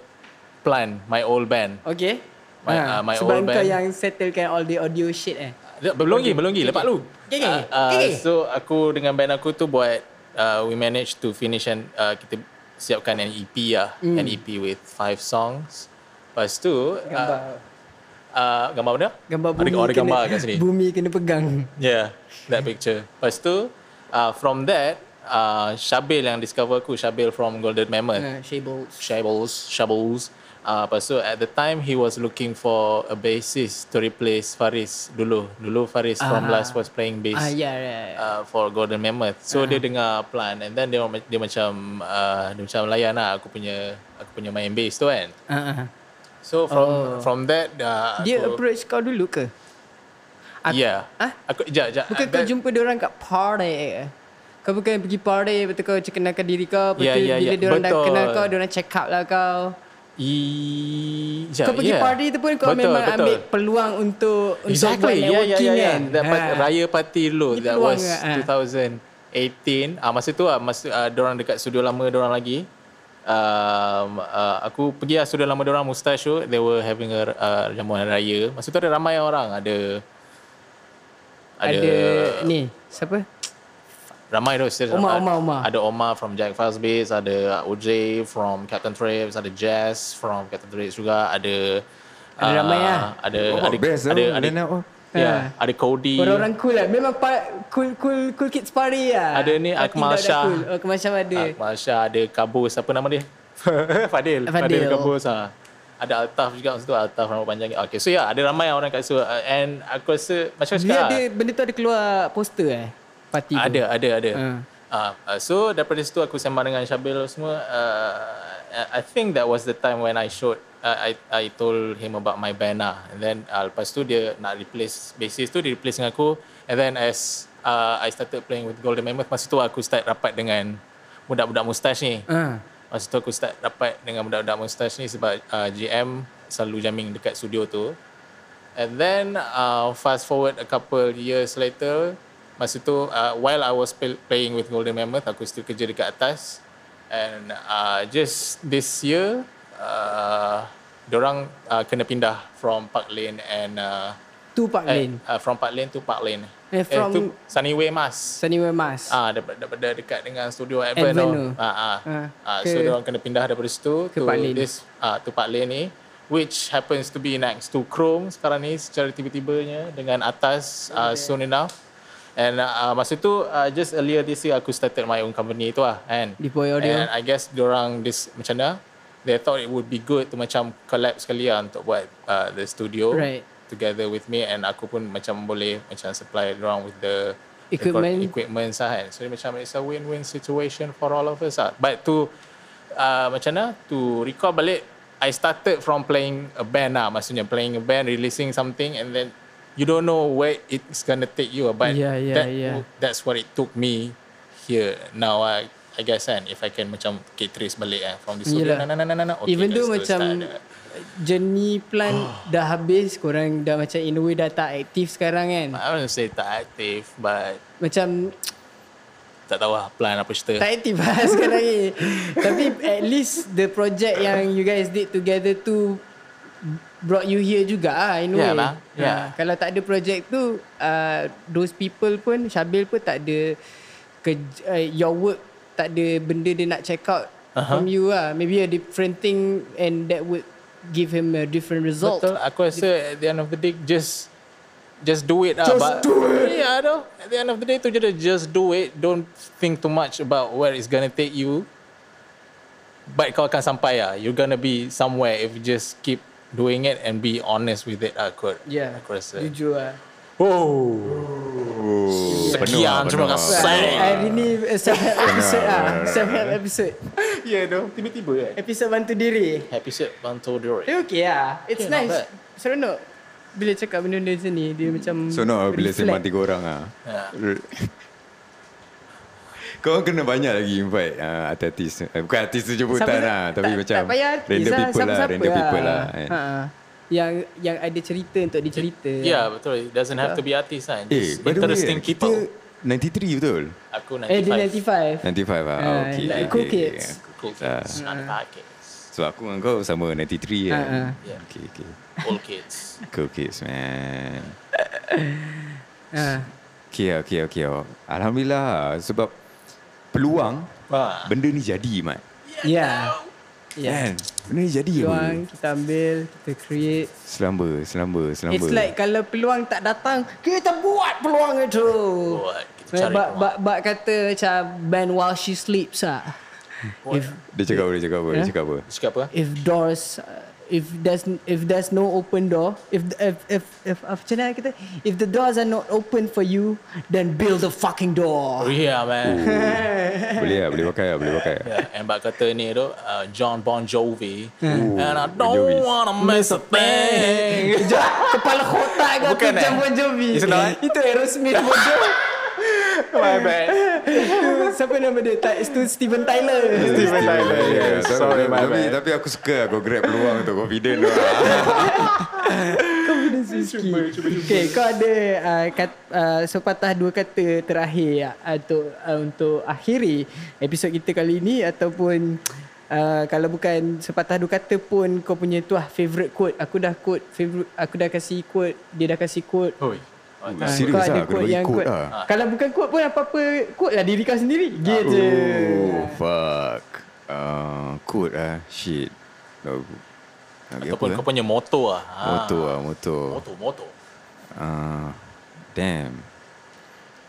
Plan, my old band.
okay.
My- ah,
Ha,
my
Sebab
old
kau
band.
yang settlekan all the audio shit eh.
Dah, Belum lagi, belum lagi. Lepas lu.
Okay, okay.
Ah, ah,
Okay.
So aku dengan band aku tu buat uh, we managed to finish and uh, kita siapkan an EP lah.
Hmm.
An EP with five songs. Lepas tu
Gambar.
uh, uh, gambar mana?
Gambar bumi
ada, ada gambar
kena,
kat sini.
Bumi kena pegang.
Yeah, that picture. Lepas tu uh, from that uh, Syabil yang discover aku, Syabil from Golden Mammoth.
Uh, Shables.
Shabbles, Shabbles. Uh, lepas tu at the time he was looking for a bassist to replace Faris dulu. Dulu Faris uh, from
Ah.
Last was playing bass
Ah yeah Ah. right.
uh, for Golden Mammoth. So uh-huh. dia dengar plan and then dia ma- dia macam uh, dia macam layan lah aku punya aku punya main bass tu kan.
Ah, ah.
So from
Oh.
from that uh,
Dia
aku,
approach kau dulu ke?
aku, yeah.
Ah?
Aku jap jap.
Bukan
uh,
kau
that-
jumpa orang kat party ke? Kau bukan pergi party Lepas tu kau kenalkan diri kau
Ya,
Lepas tu
ya,
bila
ya.
diorang dah
Betul.
kenal kau Diorang check up lah kau
E... Jap,
Kau pergi
yeah.
party tu pun Kau
Betul,
memang
betul. Ya,
ambil peluang Untuk untuk
yeah,
buat
yeah,
networking
yeah, yeah.
kan
That part,
Ha.
Raya party dulu.
Ni
That
peluang
was
ke?
2018.
Ah.
Ah masa tu ah masa ah, diorang dekat studio lama diorang lagi. Um, ah, aku pergi lah studio lama diorang Mustache tu. They were having a ah, jamuan raya. Masa tu ada ramai orang. Ada ada,
Ada Ni Siapa?
ramai tu serius.
Omar,
ramai.
Omar, Omar.
Ada Omar from Jack Fast Bass, ada OJ from Captain Travis, ada Jazz from Captain Travis juga, ada
Ada ramai lah.
Ada
Oh,
ada
best
ada,
tau,
ada,
line up, oh.
Yeah. Ya, Ada Cody.
Ha. Orang-orang cool lah. Memang pa- cool, cool, cool kids party lah.
Ada ni,
Tapi
Akmal
dah- dah
Shah.
Cool. Oh, Akmal Shah ada.
Ah, Masya ada Kabus. Apa nama dia? Fadil. Fadil.
Fadil.
Kabus. Ha. Ada Altaf juga masa tu. Altaf rambut panjang. Okay. So yeah, ada ramai orang kat situ. Uh, and aku rasa macam
Dia
cakap.
ada, benda tu ada keluar poster eh? Party tu.
Ada, ada, ada.
Ah.
Ah, ah, so daripada situ aku sembang dengan Syabil semua. Uh, I I think that was the time when I showed uh, I I told him about my band lah. And then uh, lepas tu dia nak replace bassist tu dia replace dengan aku. And then as uh, I started playing with Golden Mammoth masa tu aku start rapat dengan budak-budak mustache ni.
Ah.
Masa tu aku start rapat dengan budak-budak mustache ni sebab uh, GM selalu jamming dekat studio tu. And then uh, fast forward a couple years later, masa tu uh, while I was play, playing with Golden Mammoth, aku still kerja dekat atas. And uh, just this year, uh, dorang uh, kena pindah from Park Lane and uh,
Tu Park Lane.
Eh, uh, from Park Lane to Park Lane.
Eh, from-
eh, tu Sunnyway Mas.
Sunnywear Mas.
Ah, daripada, daripada dekat dengan studio Advent
Advent
tu.
tu.
Ah, ah.
Ah,
ah
ke-
so dia orang kena pindah daripada situ
ke
to
Park Lane.
this ah to Park Lane ni which happens to be next to Chrome sekarang ni secara tiba-tibanya dengan atas ah, soon enough. And ah, masa tu ah, just earlier this year aku started my own company tu lah kan.
Di Boy Audio.
And I guess orang this macam mana they thought it would be good to macam collab sekali lah untuk buat ah, the studio
Right.
together with me and aku pun macam boleh macam supply orang with the
Equipment.
equipment lah kan. So dia macam it's a win-win situation for all of us lah. But to uh, macam mana to recall balik I started from playing a band lah maksudnya playing a band releasing something and then you don't know where it's gonna take you but
Yeah, yeah,
that,
yeah.
that's what it took me here now I I guess kan if I can macam okay, trace balik eh from this
Yelah.
na na na na na na okay,
Even
kat
though
situ
macam
start ada.
journey plan dah habis, korang dah macam in a way dah tak aktif sekarang kan.
I wouldn't say tak aktif but
Macam
tak tahu lah plan apa cerita
tak aktif lah sekarang ni. Tapi at least the project yang you guys did together tu brought you here juga ah in a way.
Yeah lah, yeah.
Ah, kalau tak ada project tu, uh, those people pun, Syabil pun tak ada ke, uh, your work tak ada benda dia nak check out uh-huh. from you lah. Maybe a different thing and that would give him a different result.
Betul. Aku rasa at the end of the day just just do it lah.
Just
do it. Yeah, I know. At the end of the day tu je dia, just do it. Don't think too much about where it's gonna take you. But kau akan sampai lah. You're gonna be somewhere if you just keep doing it and be honest with it lah kot.
Yeah.
Aku rasa.
Jujur lah.
Oh.
Oh,
Sekian, terima kasih.
So,
Sayang.
hari ni uh, self-help episode lah.
Benar.
Self-help episode.
Yeah, no. Tiba-tiba eh.
Episode bantu diri.
Happy set bantu diri.
Dia okay lah. It's
Okay, not
nice.
bad.
Seronok. Bila cakap benda ni macam ni, dia macam...
So no lah Bila
reflect.
sembang tiga orang ah.
Ya.
Kau orang kena banyak lagi invite uh, artis eh, Bukan artis tu jemputan
Siapa-
lah Tapi
tak-
macam
tak payah artis
Random
lah,
people lah
siapa-siapa
Random people lah eh.
Ha, ha. Yang yang ada cerita untuk dicerita.
Yeah, betul. It doesn't have to be artist kan.
Eh,
Just
by the way,
interesting
kita
people.
93 betul?
Aku 95.
Eh, dia
95 lah. Uh,
95. Ah,
okay.
like
okay,
cool
okay,
kids.
okay.
Cool
Ah.
kids. Anak kids.
So aku dengan kau sama 93
Ah,
kan.
ah.
Yeah.
Okay, okay.
All kids.
Cool kids, man.
Ha.
Okay, okay, okay. Oh. Alhamdulillah. Sebab peluang
Ah.
benda ni jadi, Mat.
Yeah. Yeah.
Kan? Benda ni jadi apa?
Peluang Ya. kita ambil, kita create.
Selamba, selamba, selamba.
It's like kalau peluang tak datang, kita buat peluang itu.
Buat. ah. Kita
Eh,
cari
Bak,
peluang.
bak, bak kata macam band while she sleeps ah. If
Dia cakap apa, dia cakap apa, dia
Eh?
cakap apa.
Dia cakap apa?
if doors uh, if there's if there's no open door if if if if uh, macam mana kita if the doors are not open for you then build a fucking
Oh,
door
yeah, man.
boleh lah, boleh pakai lah, boleh pakai lah.
Yeah, and bak kata ni tu, uh, John Bon Jovi.
Ooh,
and I
Bon Jovi.
don't wanna miss a thing.
kepala kotak kau tu
Bukan, eh?
John Bon Jovi
It's not?
itu Aerosmith Bon Jovi
My bad.
siapa nama dia Ta- itu Steven Tyler
Steven Tyler.
Yeah,
Yeah, eh. sorry, my
tapi,
bad.
tapi aku suka aku grab peluang tu confident tu lah.
okay kau ada uh, kat, uh, sepatah dua kata terakhir uh, untuk uh, untuk akhiri episod kita kali ini ataupun uh, kalau bukan sepatah dua kata pun kau punya tu lah favorite quote aku dah quote favorite aku dah kasi quote dia dah kasi quote
Oi. Oh,
Ah,
Ui, serious
kau
lah,
ada
kena bagi quote lah.
Ah. Kalau bukan quote pun apa-apa quote lah diri kau sendiri. Gitu.
Oh, fuck. Uh, kot lah, shit. Nak- nak pergi
Ataupun
apa,
kau
eh?
punya motor lah. Ah.
Motor lah, motor.
Motor, motor.
uh, damn.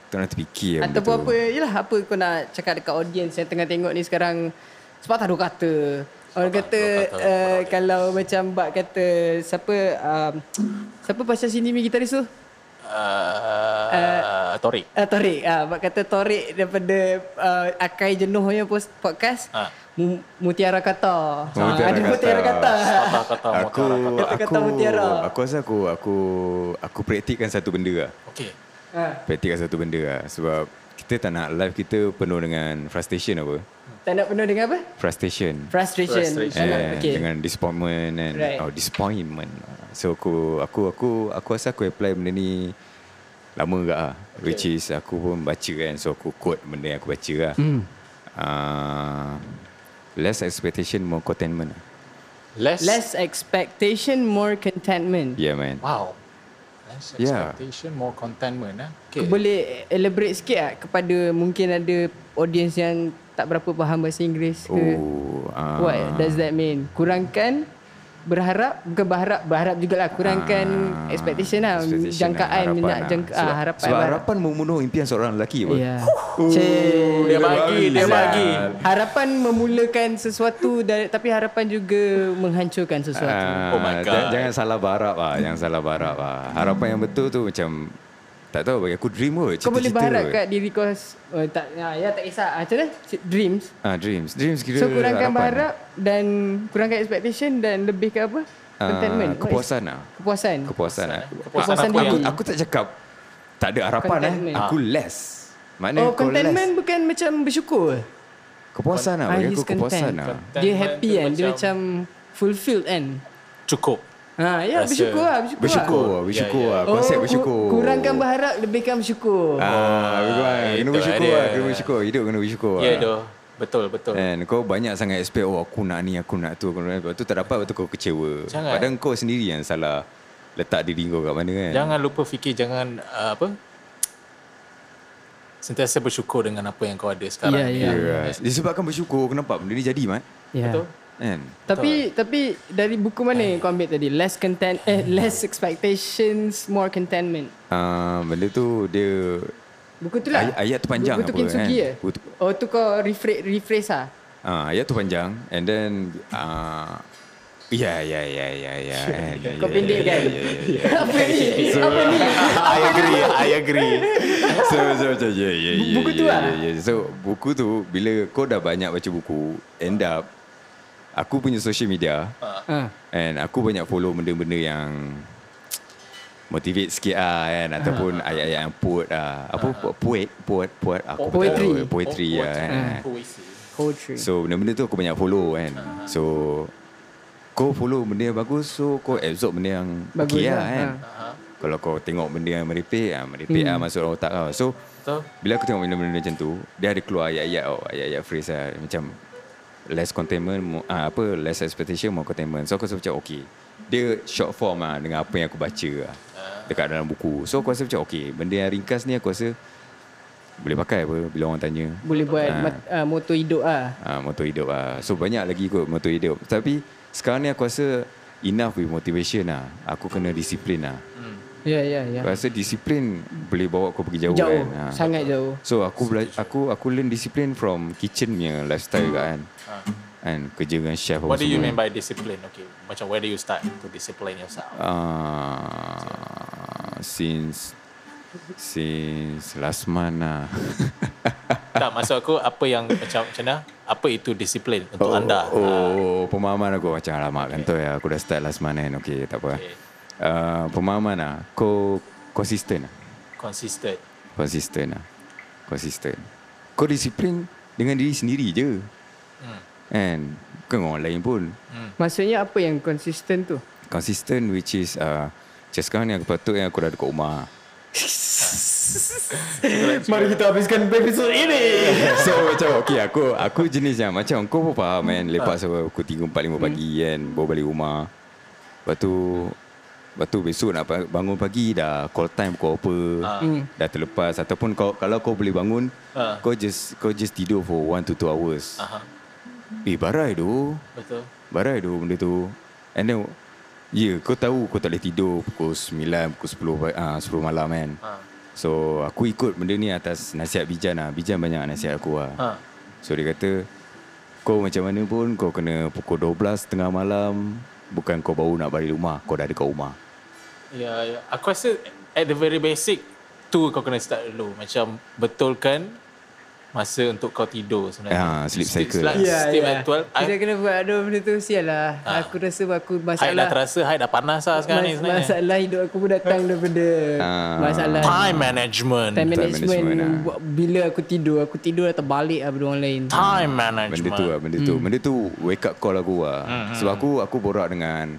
Tak nak terfikir benda
Ataupun
tu.
apa Yelah lah. apa kau nak cakap Dekat audience yang tengah tengok ni sekarang Sepatah dua kata
Sepatah
Orang kata,
dua kata,
uh,
orang
Kalau macam Bak kata Siapa um, Siapa pasal sini mi gitaris tu
Uh, Torik.
uh, Torik uh, Bak kata Torik Daripada uh, Akai Jenuh punya pos- podcast
Ah.
Mu- Mutiara Kata
Oh, Mutiara
Ah, Ada
Kata.
Mutiara Kata
Kata-kata
Aku
Kata-kata
aku
mutiara.
aku rasa aku aku aku praktikkan satu benda lah.
Okay.
Ah,
Praktikkan satu benda lah sebab kita tak nak live kita penuh dengan frustration apa?
Tak nak penuh dengan apa?
Frustration.
Frustration,
Frustration.
Tak nak,
Yeah,
okay.
okay. dengan disappointment and
Right.
right. oh disappointment. So aku aku aku aku rasa aku apply benda ni lama gak ah. Okay. Which is aku pun baca kan. So aku quote benda yang aku baca lah.
Hmm.
Mm. Uh, less expectation more contentment. lah.
Less.
Less expectation More contentment
Yeah man.
Wow. Less
Yeah.
expectation, more contentment. Eh?
Kau
Okay.
boleh elaborate sikit tak kepada mungkin ada audience yang tak berapa faham bahasa Inggeris ke?
Oh, ah.
What does that mean? Kurangkan berharap bukan berharap berharap jugalah kurangkan
Ah,
expectation lah
expectation
jangkaan
harapan
minat
lah.
jangka
sebab,
ah, harapan
sebab harapan membunuh impian seorang lelaki apa
ya
Oh, dia bagi, dia bagi.
harapan memulakan sesuatu dari, tapi harapan juga menghancurkan sesuatu
Ah,
Oh my
j-
God.
Jangan salah berharap lah Jangan salah berharap lah Harapan yang betul tu macam Tak tahu bagi aku dream kot
kau boleh
cita-cita
berharap
kot.
kat diri kau s- oh, tak ah, ya tak kisah Ah, macam mana dreams
Ah, dreams Dreams kira
So kurangkan
harapan.
berharap dan kurangkan expectation dan lebih ke apa?
Ah,
Contentment. What is-
Kepuasan lah
Kepuasan.
Kepuasan lah
Kepuasan
aku,
apa
aku,
yang-
aku tak cakap Tak ada harapan eh
Contentment.
Aku less Maknanya
Oh,
kau
contentment
less
bukan macam bersyukur.
Kepuasan lah
Ah,
Bagi
he's
aku kepuasan
content.
lah
Dia
Contentment
happy
tu
kan, dia
macam-
macam fulfilled kan.
Cukup.
Ha, ya
Rasa-
bersyukur lah, bersyukur.
Bersyukur
Lah.
Ya,
Bersyukur
ya.
lah Konsep
ku-
bersyukur
Oh, Kurangkan berharap, lebihkan bersyukur.
Ah, ah kena
itu
bersyukur
lah
lah,
dia.
kena bersyukur. Hidup kena bersyukur.
Ya, yeah,
lah.
doh. Betul, betul.
And kau banyak sangat expect Oh aku nak ni Aku nak tu aku nak, ni. Lepas tu tak dapat Lepas tu kau kecewa
Jangan.
Padahal kau sendiri yang salah Letak diri kau kat mana kan
Jangan lupa fikir jangan uh, apa? Sentiasa bersyukur dengan apa yang kau ada sekarang.
Ya,
ni.
ya.
yes. Disebabkan bersyukur Kau nampak benda ni jadi Mat
Ya.
Betul?
Kan
Tapi tapi dari buku mana
Eh.
yang kau ambil tadi? Less content eh less expectations, more contentment.
uh, Benda tu dia
Buku tu lah.
Ay- ayat tu panjang
Buku tu
apa,
Kintsugi
kan?
ya?
Buku-
Oh tu kau rephrase rephrase ah.
uh, Ayat tu panjang And then uh, Ya ya ya ya ya kan? Ya,
Kau
ya,
pendek
ya,
kan?
ya, ya, ya.
Apa ni? Apa ni?
I agree, I agree. So so so ya, yeah yeah yeah.
Buku tu
yeah,
lah.
yeah, yeah. ya, So buku tu bila kau dah banyak baca buku, end up aku punya social media
Ha.
and aku banyak follow benda-benda yang motivate sikit lah kan ataupun ayat-ayat yang poet lah. Apa poet poet poet aku pun tak
Poetry. Ah.
tahu. poetry
Oh,
lah kan.
Puisi.
Poetry.
So benda-benda tu aku banyak follow kan. So kau follow benda yang bagus so kau absorb benda yang
Bagus
okay lah,
lah,
kan.
ha. Hmm.
Kalau kau tengok benda yang merepek, ah merepek ah masuk dalam otak kau. So
Betul?
bila aku tengok benda-benda macam tu, dia ada keluar ayat-ayat oh, ayat-ayat phrase lah, macam less containment, more, ah, apa less expectation more containment. So aku rasa macam okay. Dia short form lah dengan apa yang aku baca lah, dekat dalam buku. So aku rasa macam okay, benda yang ringkas ni aku rasa boleh pakai apa bila orang tanya.
Boleh buat
Ah.
mat, uh, motor hidup ah.
Ah, motor hidup lah. So banyak lagi kot motor hidup. Tapi sekarang ni aku rasa enough with motivation lah. Aku kena disiplin lah.
Ya ya ya.
Aku rasa disiplin boleh bawa kau pergi jauh,
Jauh,
kan. Ha.
sangat jauh.
So aku bela- aku aku learn disiplin from kitchen punya lifestyle
Hmm.
juga kan. Kan kerja dengan chef apa
Ah. What do you
semua.
mean by discipline? Okay. Macam where do you start to discipline yourself?
Ah, since since last month lah.
tak, maksud aku apa yang macam macam mana? Apa itu disiplin untuk
oh,
anda?
Oh, oh, oh, pemahaman aku macam alamak okay. kentoi lah. Aku dah start last month kan. Okay, tak apa.
Okay.
Okay. Uh, pemahaman lah. Kau konsisten lah.
Ah, Consistent.
Konsisten lah. Konsisten. Kau disiplin dengan diri sendiri je. Kan? Bukan orang lain pun.
Maksudnya apa yang konsisten tu?
Konsisten which is uh, macam sekarang ni aku patut yang aku dah dekat rumah.
Mari kita habiskan episod ini.
so macam okay aku aku jenis yang macam kau pun faham kan lepak sampai pukul 3 4 5 pagi kan baru balik rumah. Lepas tu Lepas tu besok nak pa- bangun pagi dah call time kau apa dah terlepas ataupun kau kalau kau boleh bangun
Ah.
kau just kau just tidur for 1 to 2 hours.
Aha.
Eh barai tu.
Betul.
Barai tu benda tu. And then Ya, kau tahu kau tak boleh tidur pukul 9, pukul 10, ah 10 malam kan.
Ha.
So, aku ikut benda ni atas nasihat Bijan lah. Bijan banyak nasihat aku lah.
Ha.
So, dia kata, kau macam mana pun kau kena pukul 12 tengah malam. Bukan kau baru nak balik rumah, kau dah dekat rumah.
Ya, ya. Aku rasa at the very basic tu kau kena start dulu. Macam betulkan masa untuk kau tidur sebenarnya.
Ah, sleep
Sleep-
cycle.
sleep-
Ya,
sleep at
ya.
12. I-
Kita kena buat ada benda tu sial lah.
Ah.
Aku rasa aku
Hai dah
masalah.
terasa, hai dah panas lah sekarang ni
lah. mas-
sebenarnya.
masalah hidup aku pun datang daripada
Ah.
masalah
Time management.
time
Time
management.
management, ah.
Buat- Bila aku tidur, aku tidur atau balik lah orang lain.
Time
Benda
management.
tu lah, benda tu. Benda tu wake up call aku lah. Sebab aku, aku borak dengan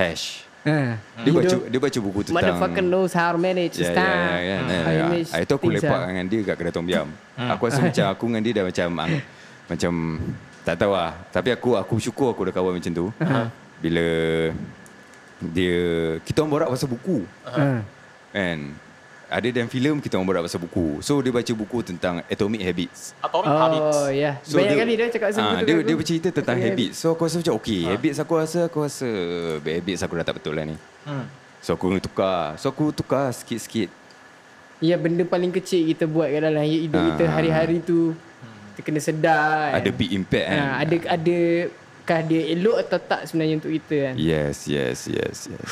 Hash.
Ha.
Dia baca, dia baca buku tentang...
Motherfucker knows how to manage his
Ya, ya,
time.
ya, ya, ya,
How to
ya,
manage
ya. Itu aku
Ah, things
lepak
lah.
dengan dia kat kedai tom yam. Aku rasa macam aku dengan dia dah macam ang- macam tak tahu lah. Tapi aku aku syukur aku ada kawan macam tu. Bila dia kita orang borak pasal buku.
Ah.
Kan? Ada dalam filem kita orang borak pasal buku. So dia baca buku tentang Atomic Habits.
Atomic habits.
Oh, ya.
So
Banyak kali dia cakap pasal
ah,
buku tu.
Dia,
kat
dia
aku.
bercerita tentang
Atomic Ha.
habits. So aku rasa macam okay. Habits aku rasa, aku rasa habits aku dah tak betul lah ni.
Hmm.
So aku kena tukar. So aku tukar sikit-sikit.
Ya benda paling kecil kita buat kat dalam hidup kita
Ah.
hari-hari tu kita kena sedar kan.
Ada big impact kan.
ha, ada ada kah dia elok atau tak sebenarnya untuk kita kan.
Yes, yes, yes, yes.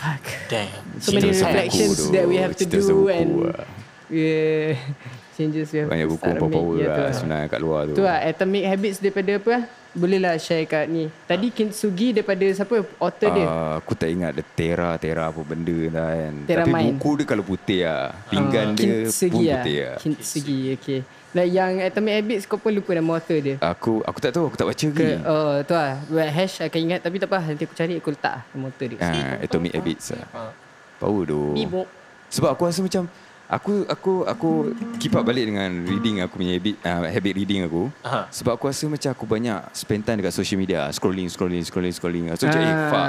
Fuck.
Damn.
So
Cerita
many
pasal
reflections
buku tu.
that we have to
Cerita pasal
do
buku
and
lah.
yeah, changes we have
Banyak
to
buku
start
power-power
make. Ya,
lah
tu
sebenarnya kat luar tu.
Tu lah Atomic Habits daripada apa lah? Boleh lah share kat ni Tadi Kintsugi daripada siapa Author dia
Ah, aku tak ingat dia Tera Tera apa benda lah kan.
Tera
Tapi
Mind.
buku dia kalau putih lah. Pinggan dia pun
Kintsugi lah
putih lah.
Kintsugi okay Like yang Atomic Habits Kau pun lupa nama author dia
Aku aku tak tahu aku tak baca lagi.
Ke, oh, tu lah. Buat hash akan ingat. Tapi tak apa. Nanti aku cari, aku letak lah motor dia.
Ah, Atomic Habits lah.
Ah.
Power tu.
Bibok.
Sebab aku rasa macam aku aku aku keep up balik dengan reading aku punya habit uh, habit reading aku.
Ah.
Aha.
Sebab aku rasa macam aku banyak spend time dekat social media scrolling scrolling scrolling scrolling. So macam eh
Ah.
fuck.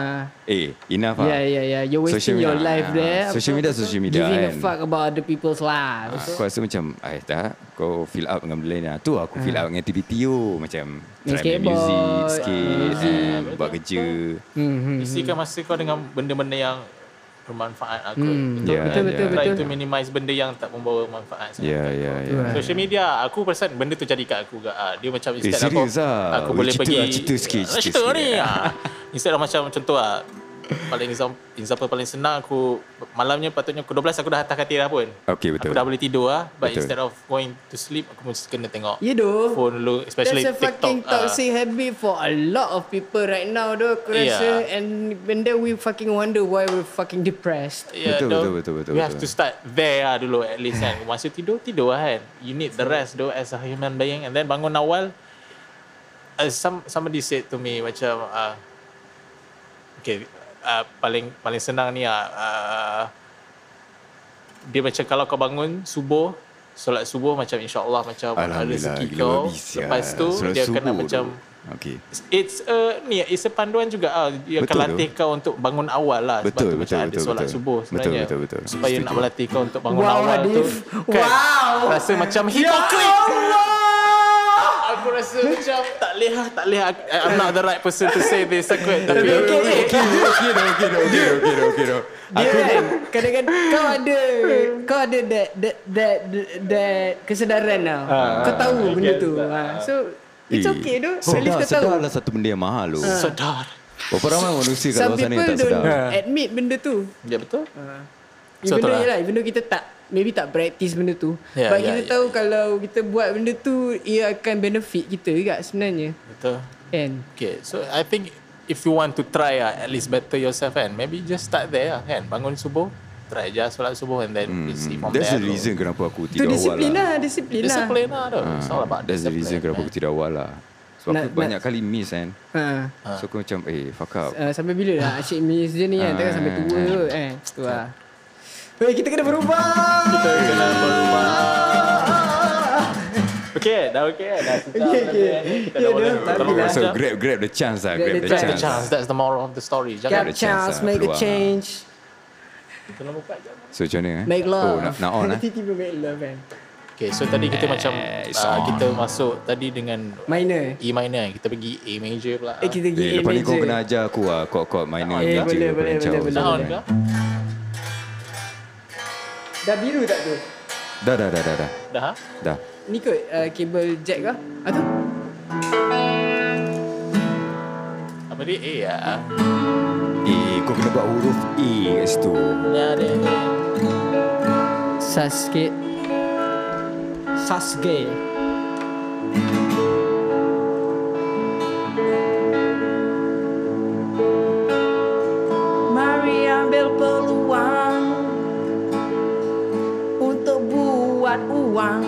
Eh enough ah.
Yeah, yeah, yeah. Ya, You're wasting your life there.
Social media social media
Giving
kan. Ah,
a fuck about other people's lives.
Aku rasa macam Ay tak Kau fill up dengan benda lain lah. Tu aku fill up dengan aktiviti tu Macam
Main
Try main
Ah. skateboard,
music Sikit
ah.
eh, Buat kerja
Hmm, hmm.
Mm-hmm.
Isikan masa kau dengan benda-benda yang bermanfaat aku.
Hmm.
Betul,
Ya,
kan?
Betul, betul,
Try
betul.
to minimize benda yang tak membawa manfaat. sangat
Ya
kat
ya
kau.
ya
lah.
Social media Aku perasan Benda tu jadi kat aku juga ah. Dia macam
Eh,
instead
serius
aku,
ah?
Aku
Eh,
boleh
cerita
pergi
ah, cerita sikit,
Ah,
cerita
Cerita
sikit.
ni ah. Instead of macam Contoh lah Paling example, example paling senang Aku Malamnya patutnya Aku 12 aku dah hantar katil dah pun
Okay, betul.
Aku dah boleh tidur lah But
Betul. Ya,
instead of going to sleep Aku mesti kena tengok
You do.
Phone dulu Especially
That's
TikTok
a fucking
ah.
toxic habit for a lot of people right now though. Aku
Yeah.
rasa. And, and then we fucking wonder why we're fucking depressed.
Yeah,
Betul,
though,
betul, betul, betul,
You Ya, have
betul.
to start there lah dulu at least kan. Masa tidur, tidur lah kan. You need the rest though as a human being. And then bangun awal, as some, somebody said to me macam, uh, okay, uh, paling paling senang ni lah. Uh, dia macam kalau kau bangun subuh, solat subuh macam insyaAllah macam ada
Alhamdulillah
rezeki
gila
kau.
babi, sial.
Lepas tu,
Solat
dia kena
subuh
macam,
tu. Okay
It's a ni it's a panduan juga ah dia akan
Betul tu.
latih kau untuk bangun awal lah tu
Betul, betul,
macam ada
betul,
solat
betul.
subuh
Betul,
sebenarnya
betul, betul.
supaya nak
Setuju.
melatih kau untuk bangun
Wow,
awal
Hadif.
tu kan,
Wow. Ya
rasa macam hipokrit aku rasa macam tak boleh lah, tak boleh I- I'm not the right person to say this aku tapi
Okay,
Okay okay Eh, dah, okay dah, okay dah, okay dah, okay dah.
Dia kan kadang-kadang kau ada kau ada that that that, that kesedaran tau.
Ah,
kau tahu benda tu. Ha. So it's
Eh,
okay tu. At least
Sedar,
kau tahu.
sedar lah satu benda yang mahal tu
sedar
Berapa ramai manusia kat
Some
luar sana yang
people
tak
don't
sedar
admit benda tu.
ya betul So, tu
Even though
lah.
yelah, even though kita tak maybe tak practice benda tu.
Ya, ya,
but kita
ya,
tahu kalau kita buat benda tu ia akan benefit kita juga sebenarnya.
betul
Kan?
okay so I think if you want to try ah at least better yourself kan maybe just start there lah, kan bangun subuh try je solat subuh and then you see from
Hmm, That's
there
the
tu.
reason kenapa aku
Tu
tidur awal
disiplin
lah
lah, disiplin lah.
Discipline lah tu. It's all
Ah,
about
That's the
discipline,
reason kenapa
man.
aku tidur awal lah Sebab aku
Nak-
banyak kali miss kan
Ha.
So aku macam eh fuck up
Uh, sampai bila lah Asyik miss je ni kan Takkan sampai tua
Ah.
kot eh Tu lah Weh kita kena berubah
Kita kena berubah. Okay, dah okay. Dah sedap.
Okay, okay.
Kita
Ya,
dah boleh.
dah.
Kalau
Tapi dah.
macam-
So grab grab the chance lah
Grab
Grab
the
the
Grab the
chance
chance. That's the moral of the story.
Grab
Jangan
Ada
chance,
chance lah,
Make a
peluang.
change
kena buka. jangan.
So macam mana eh
Make love
Oh nak, nak on eh
Nanti tiba make love kan
Okay, Okay, so tadi kita macam
Yes.
uh, kita masuk tadi dengan
Minor.
E minor kita pergi A major pula.
Eh kita pergi
Eh,
A
lepas ni kau
major.
kena ajar aku lah Chord-chord minor
Eh,
major
boleh, boleh,
perancau
boleh, boleh.
Nak on
kan?
ke?
Dah biru tak tu?
Dah dah dah dah dah
Dah? ha?
Dah
Ni kot uh, kabel jack kah? Ah tu.
Apa dia? A ya.
Eh kau kena buat huruf E kat situ
Sasuke. Sasuke.
Mari ambil peluang untuk buat uang.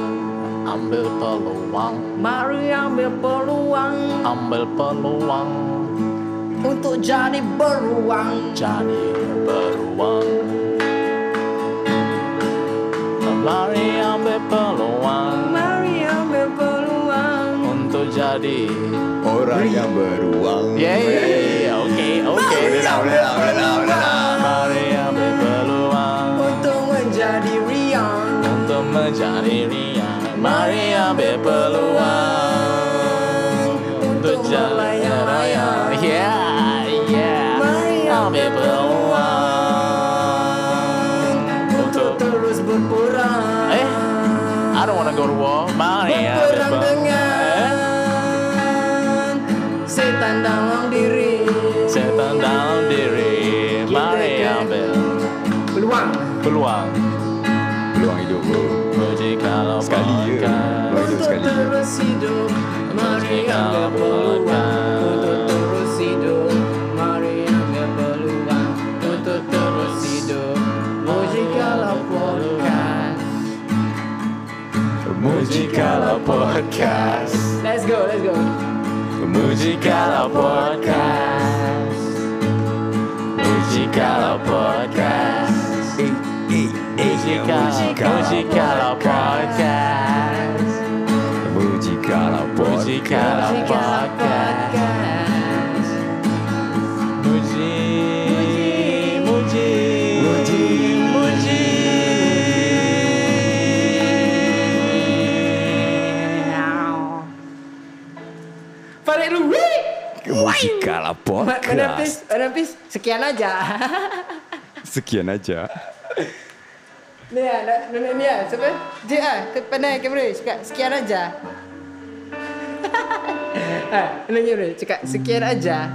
Ambil peluang,
Mari ambil peluang
ambil peluang,
untuk jadi beruang.
jadi beruang. Mari ambil peluang
Mari ambil peluang.
untuk jadi.
Orang yang beruang
Yeah, yeah, yeah, yeah. Okay, okay.
Boleh lah boleh lah boleh lah boleh lah
Mari ambil peluang
Untuk menjadi riang.
untuk menjadi ria. Mari ambil peluang untuk jalan raya. Yeah, yeah.
Mari ambil
peluang
Untuk terus berperang.
Eh, Ah, ya, I don't wanna go to war. Mari ambil
Berperang dengan
peluang.
setan dalam diri.
Setan dalam diri. Mari
Kita akan
ambil
Peluang.
peluang.
Peluang hidup bro
Jikalau
Sekali je
makan.
Peluang hidup
Untuk
sekali je
terus hidup. Mari ambil peluang. Untuk terus hidup. Mari ambil peluang. Untuk terus hidup. Muji kalau podcast.
Mujikala Podcast
Let's go, let's go.
Mujikala Podcast Mujikala Podcast
Eh eh eh
Mujikala Mujikala Podcast
Mujikala
Mujikala Podcast
Podcast.
Muji Muji Muji Muji
Farid Rui.
Mujikala
Mana
Podcast
please, mana please. Sekian aja.
Sekian aja
ni ah, nak- nak- ni ah, siapa? Dia ah, ke pandai kamera cakap sekian aja. ah, nak kamera cakap sekian aja.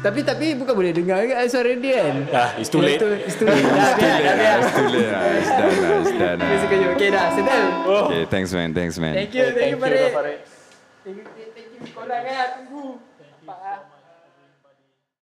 Tapi tapi bukan boleh dengar ke suara dia kan?
Ah, it's too late.
It's too late. Dah
Ah,
biar, dah biar.
It's too late lah It's done lah It's done
Dia
lah
suka je. Okay dah, settle.
Oh.
Okay thanks man Thanks man
Thank you, thank you Farid.
Farid
Thank you, thank you. Sekolah kan, tunggu. Nampak ah.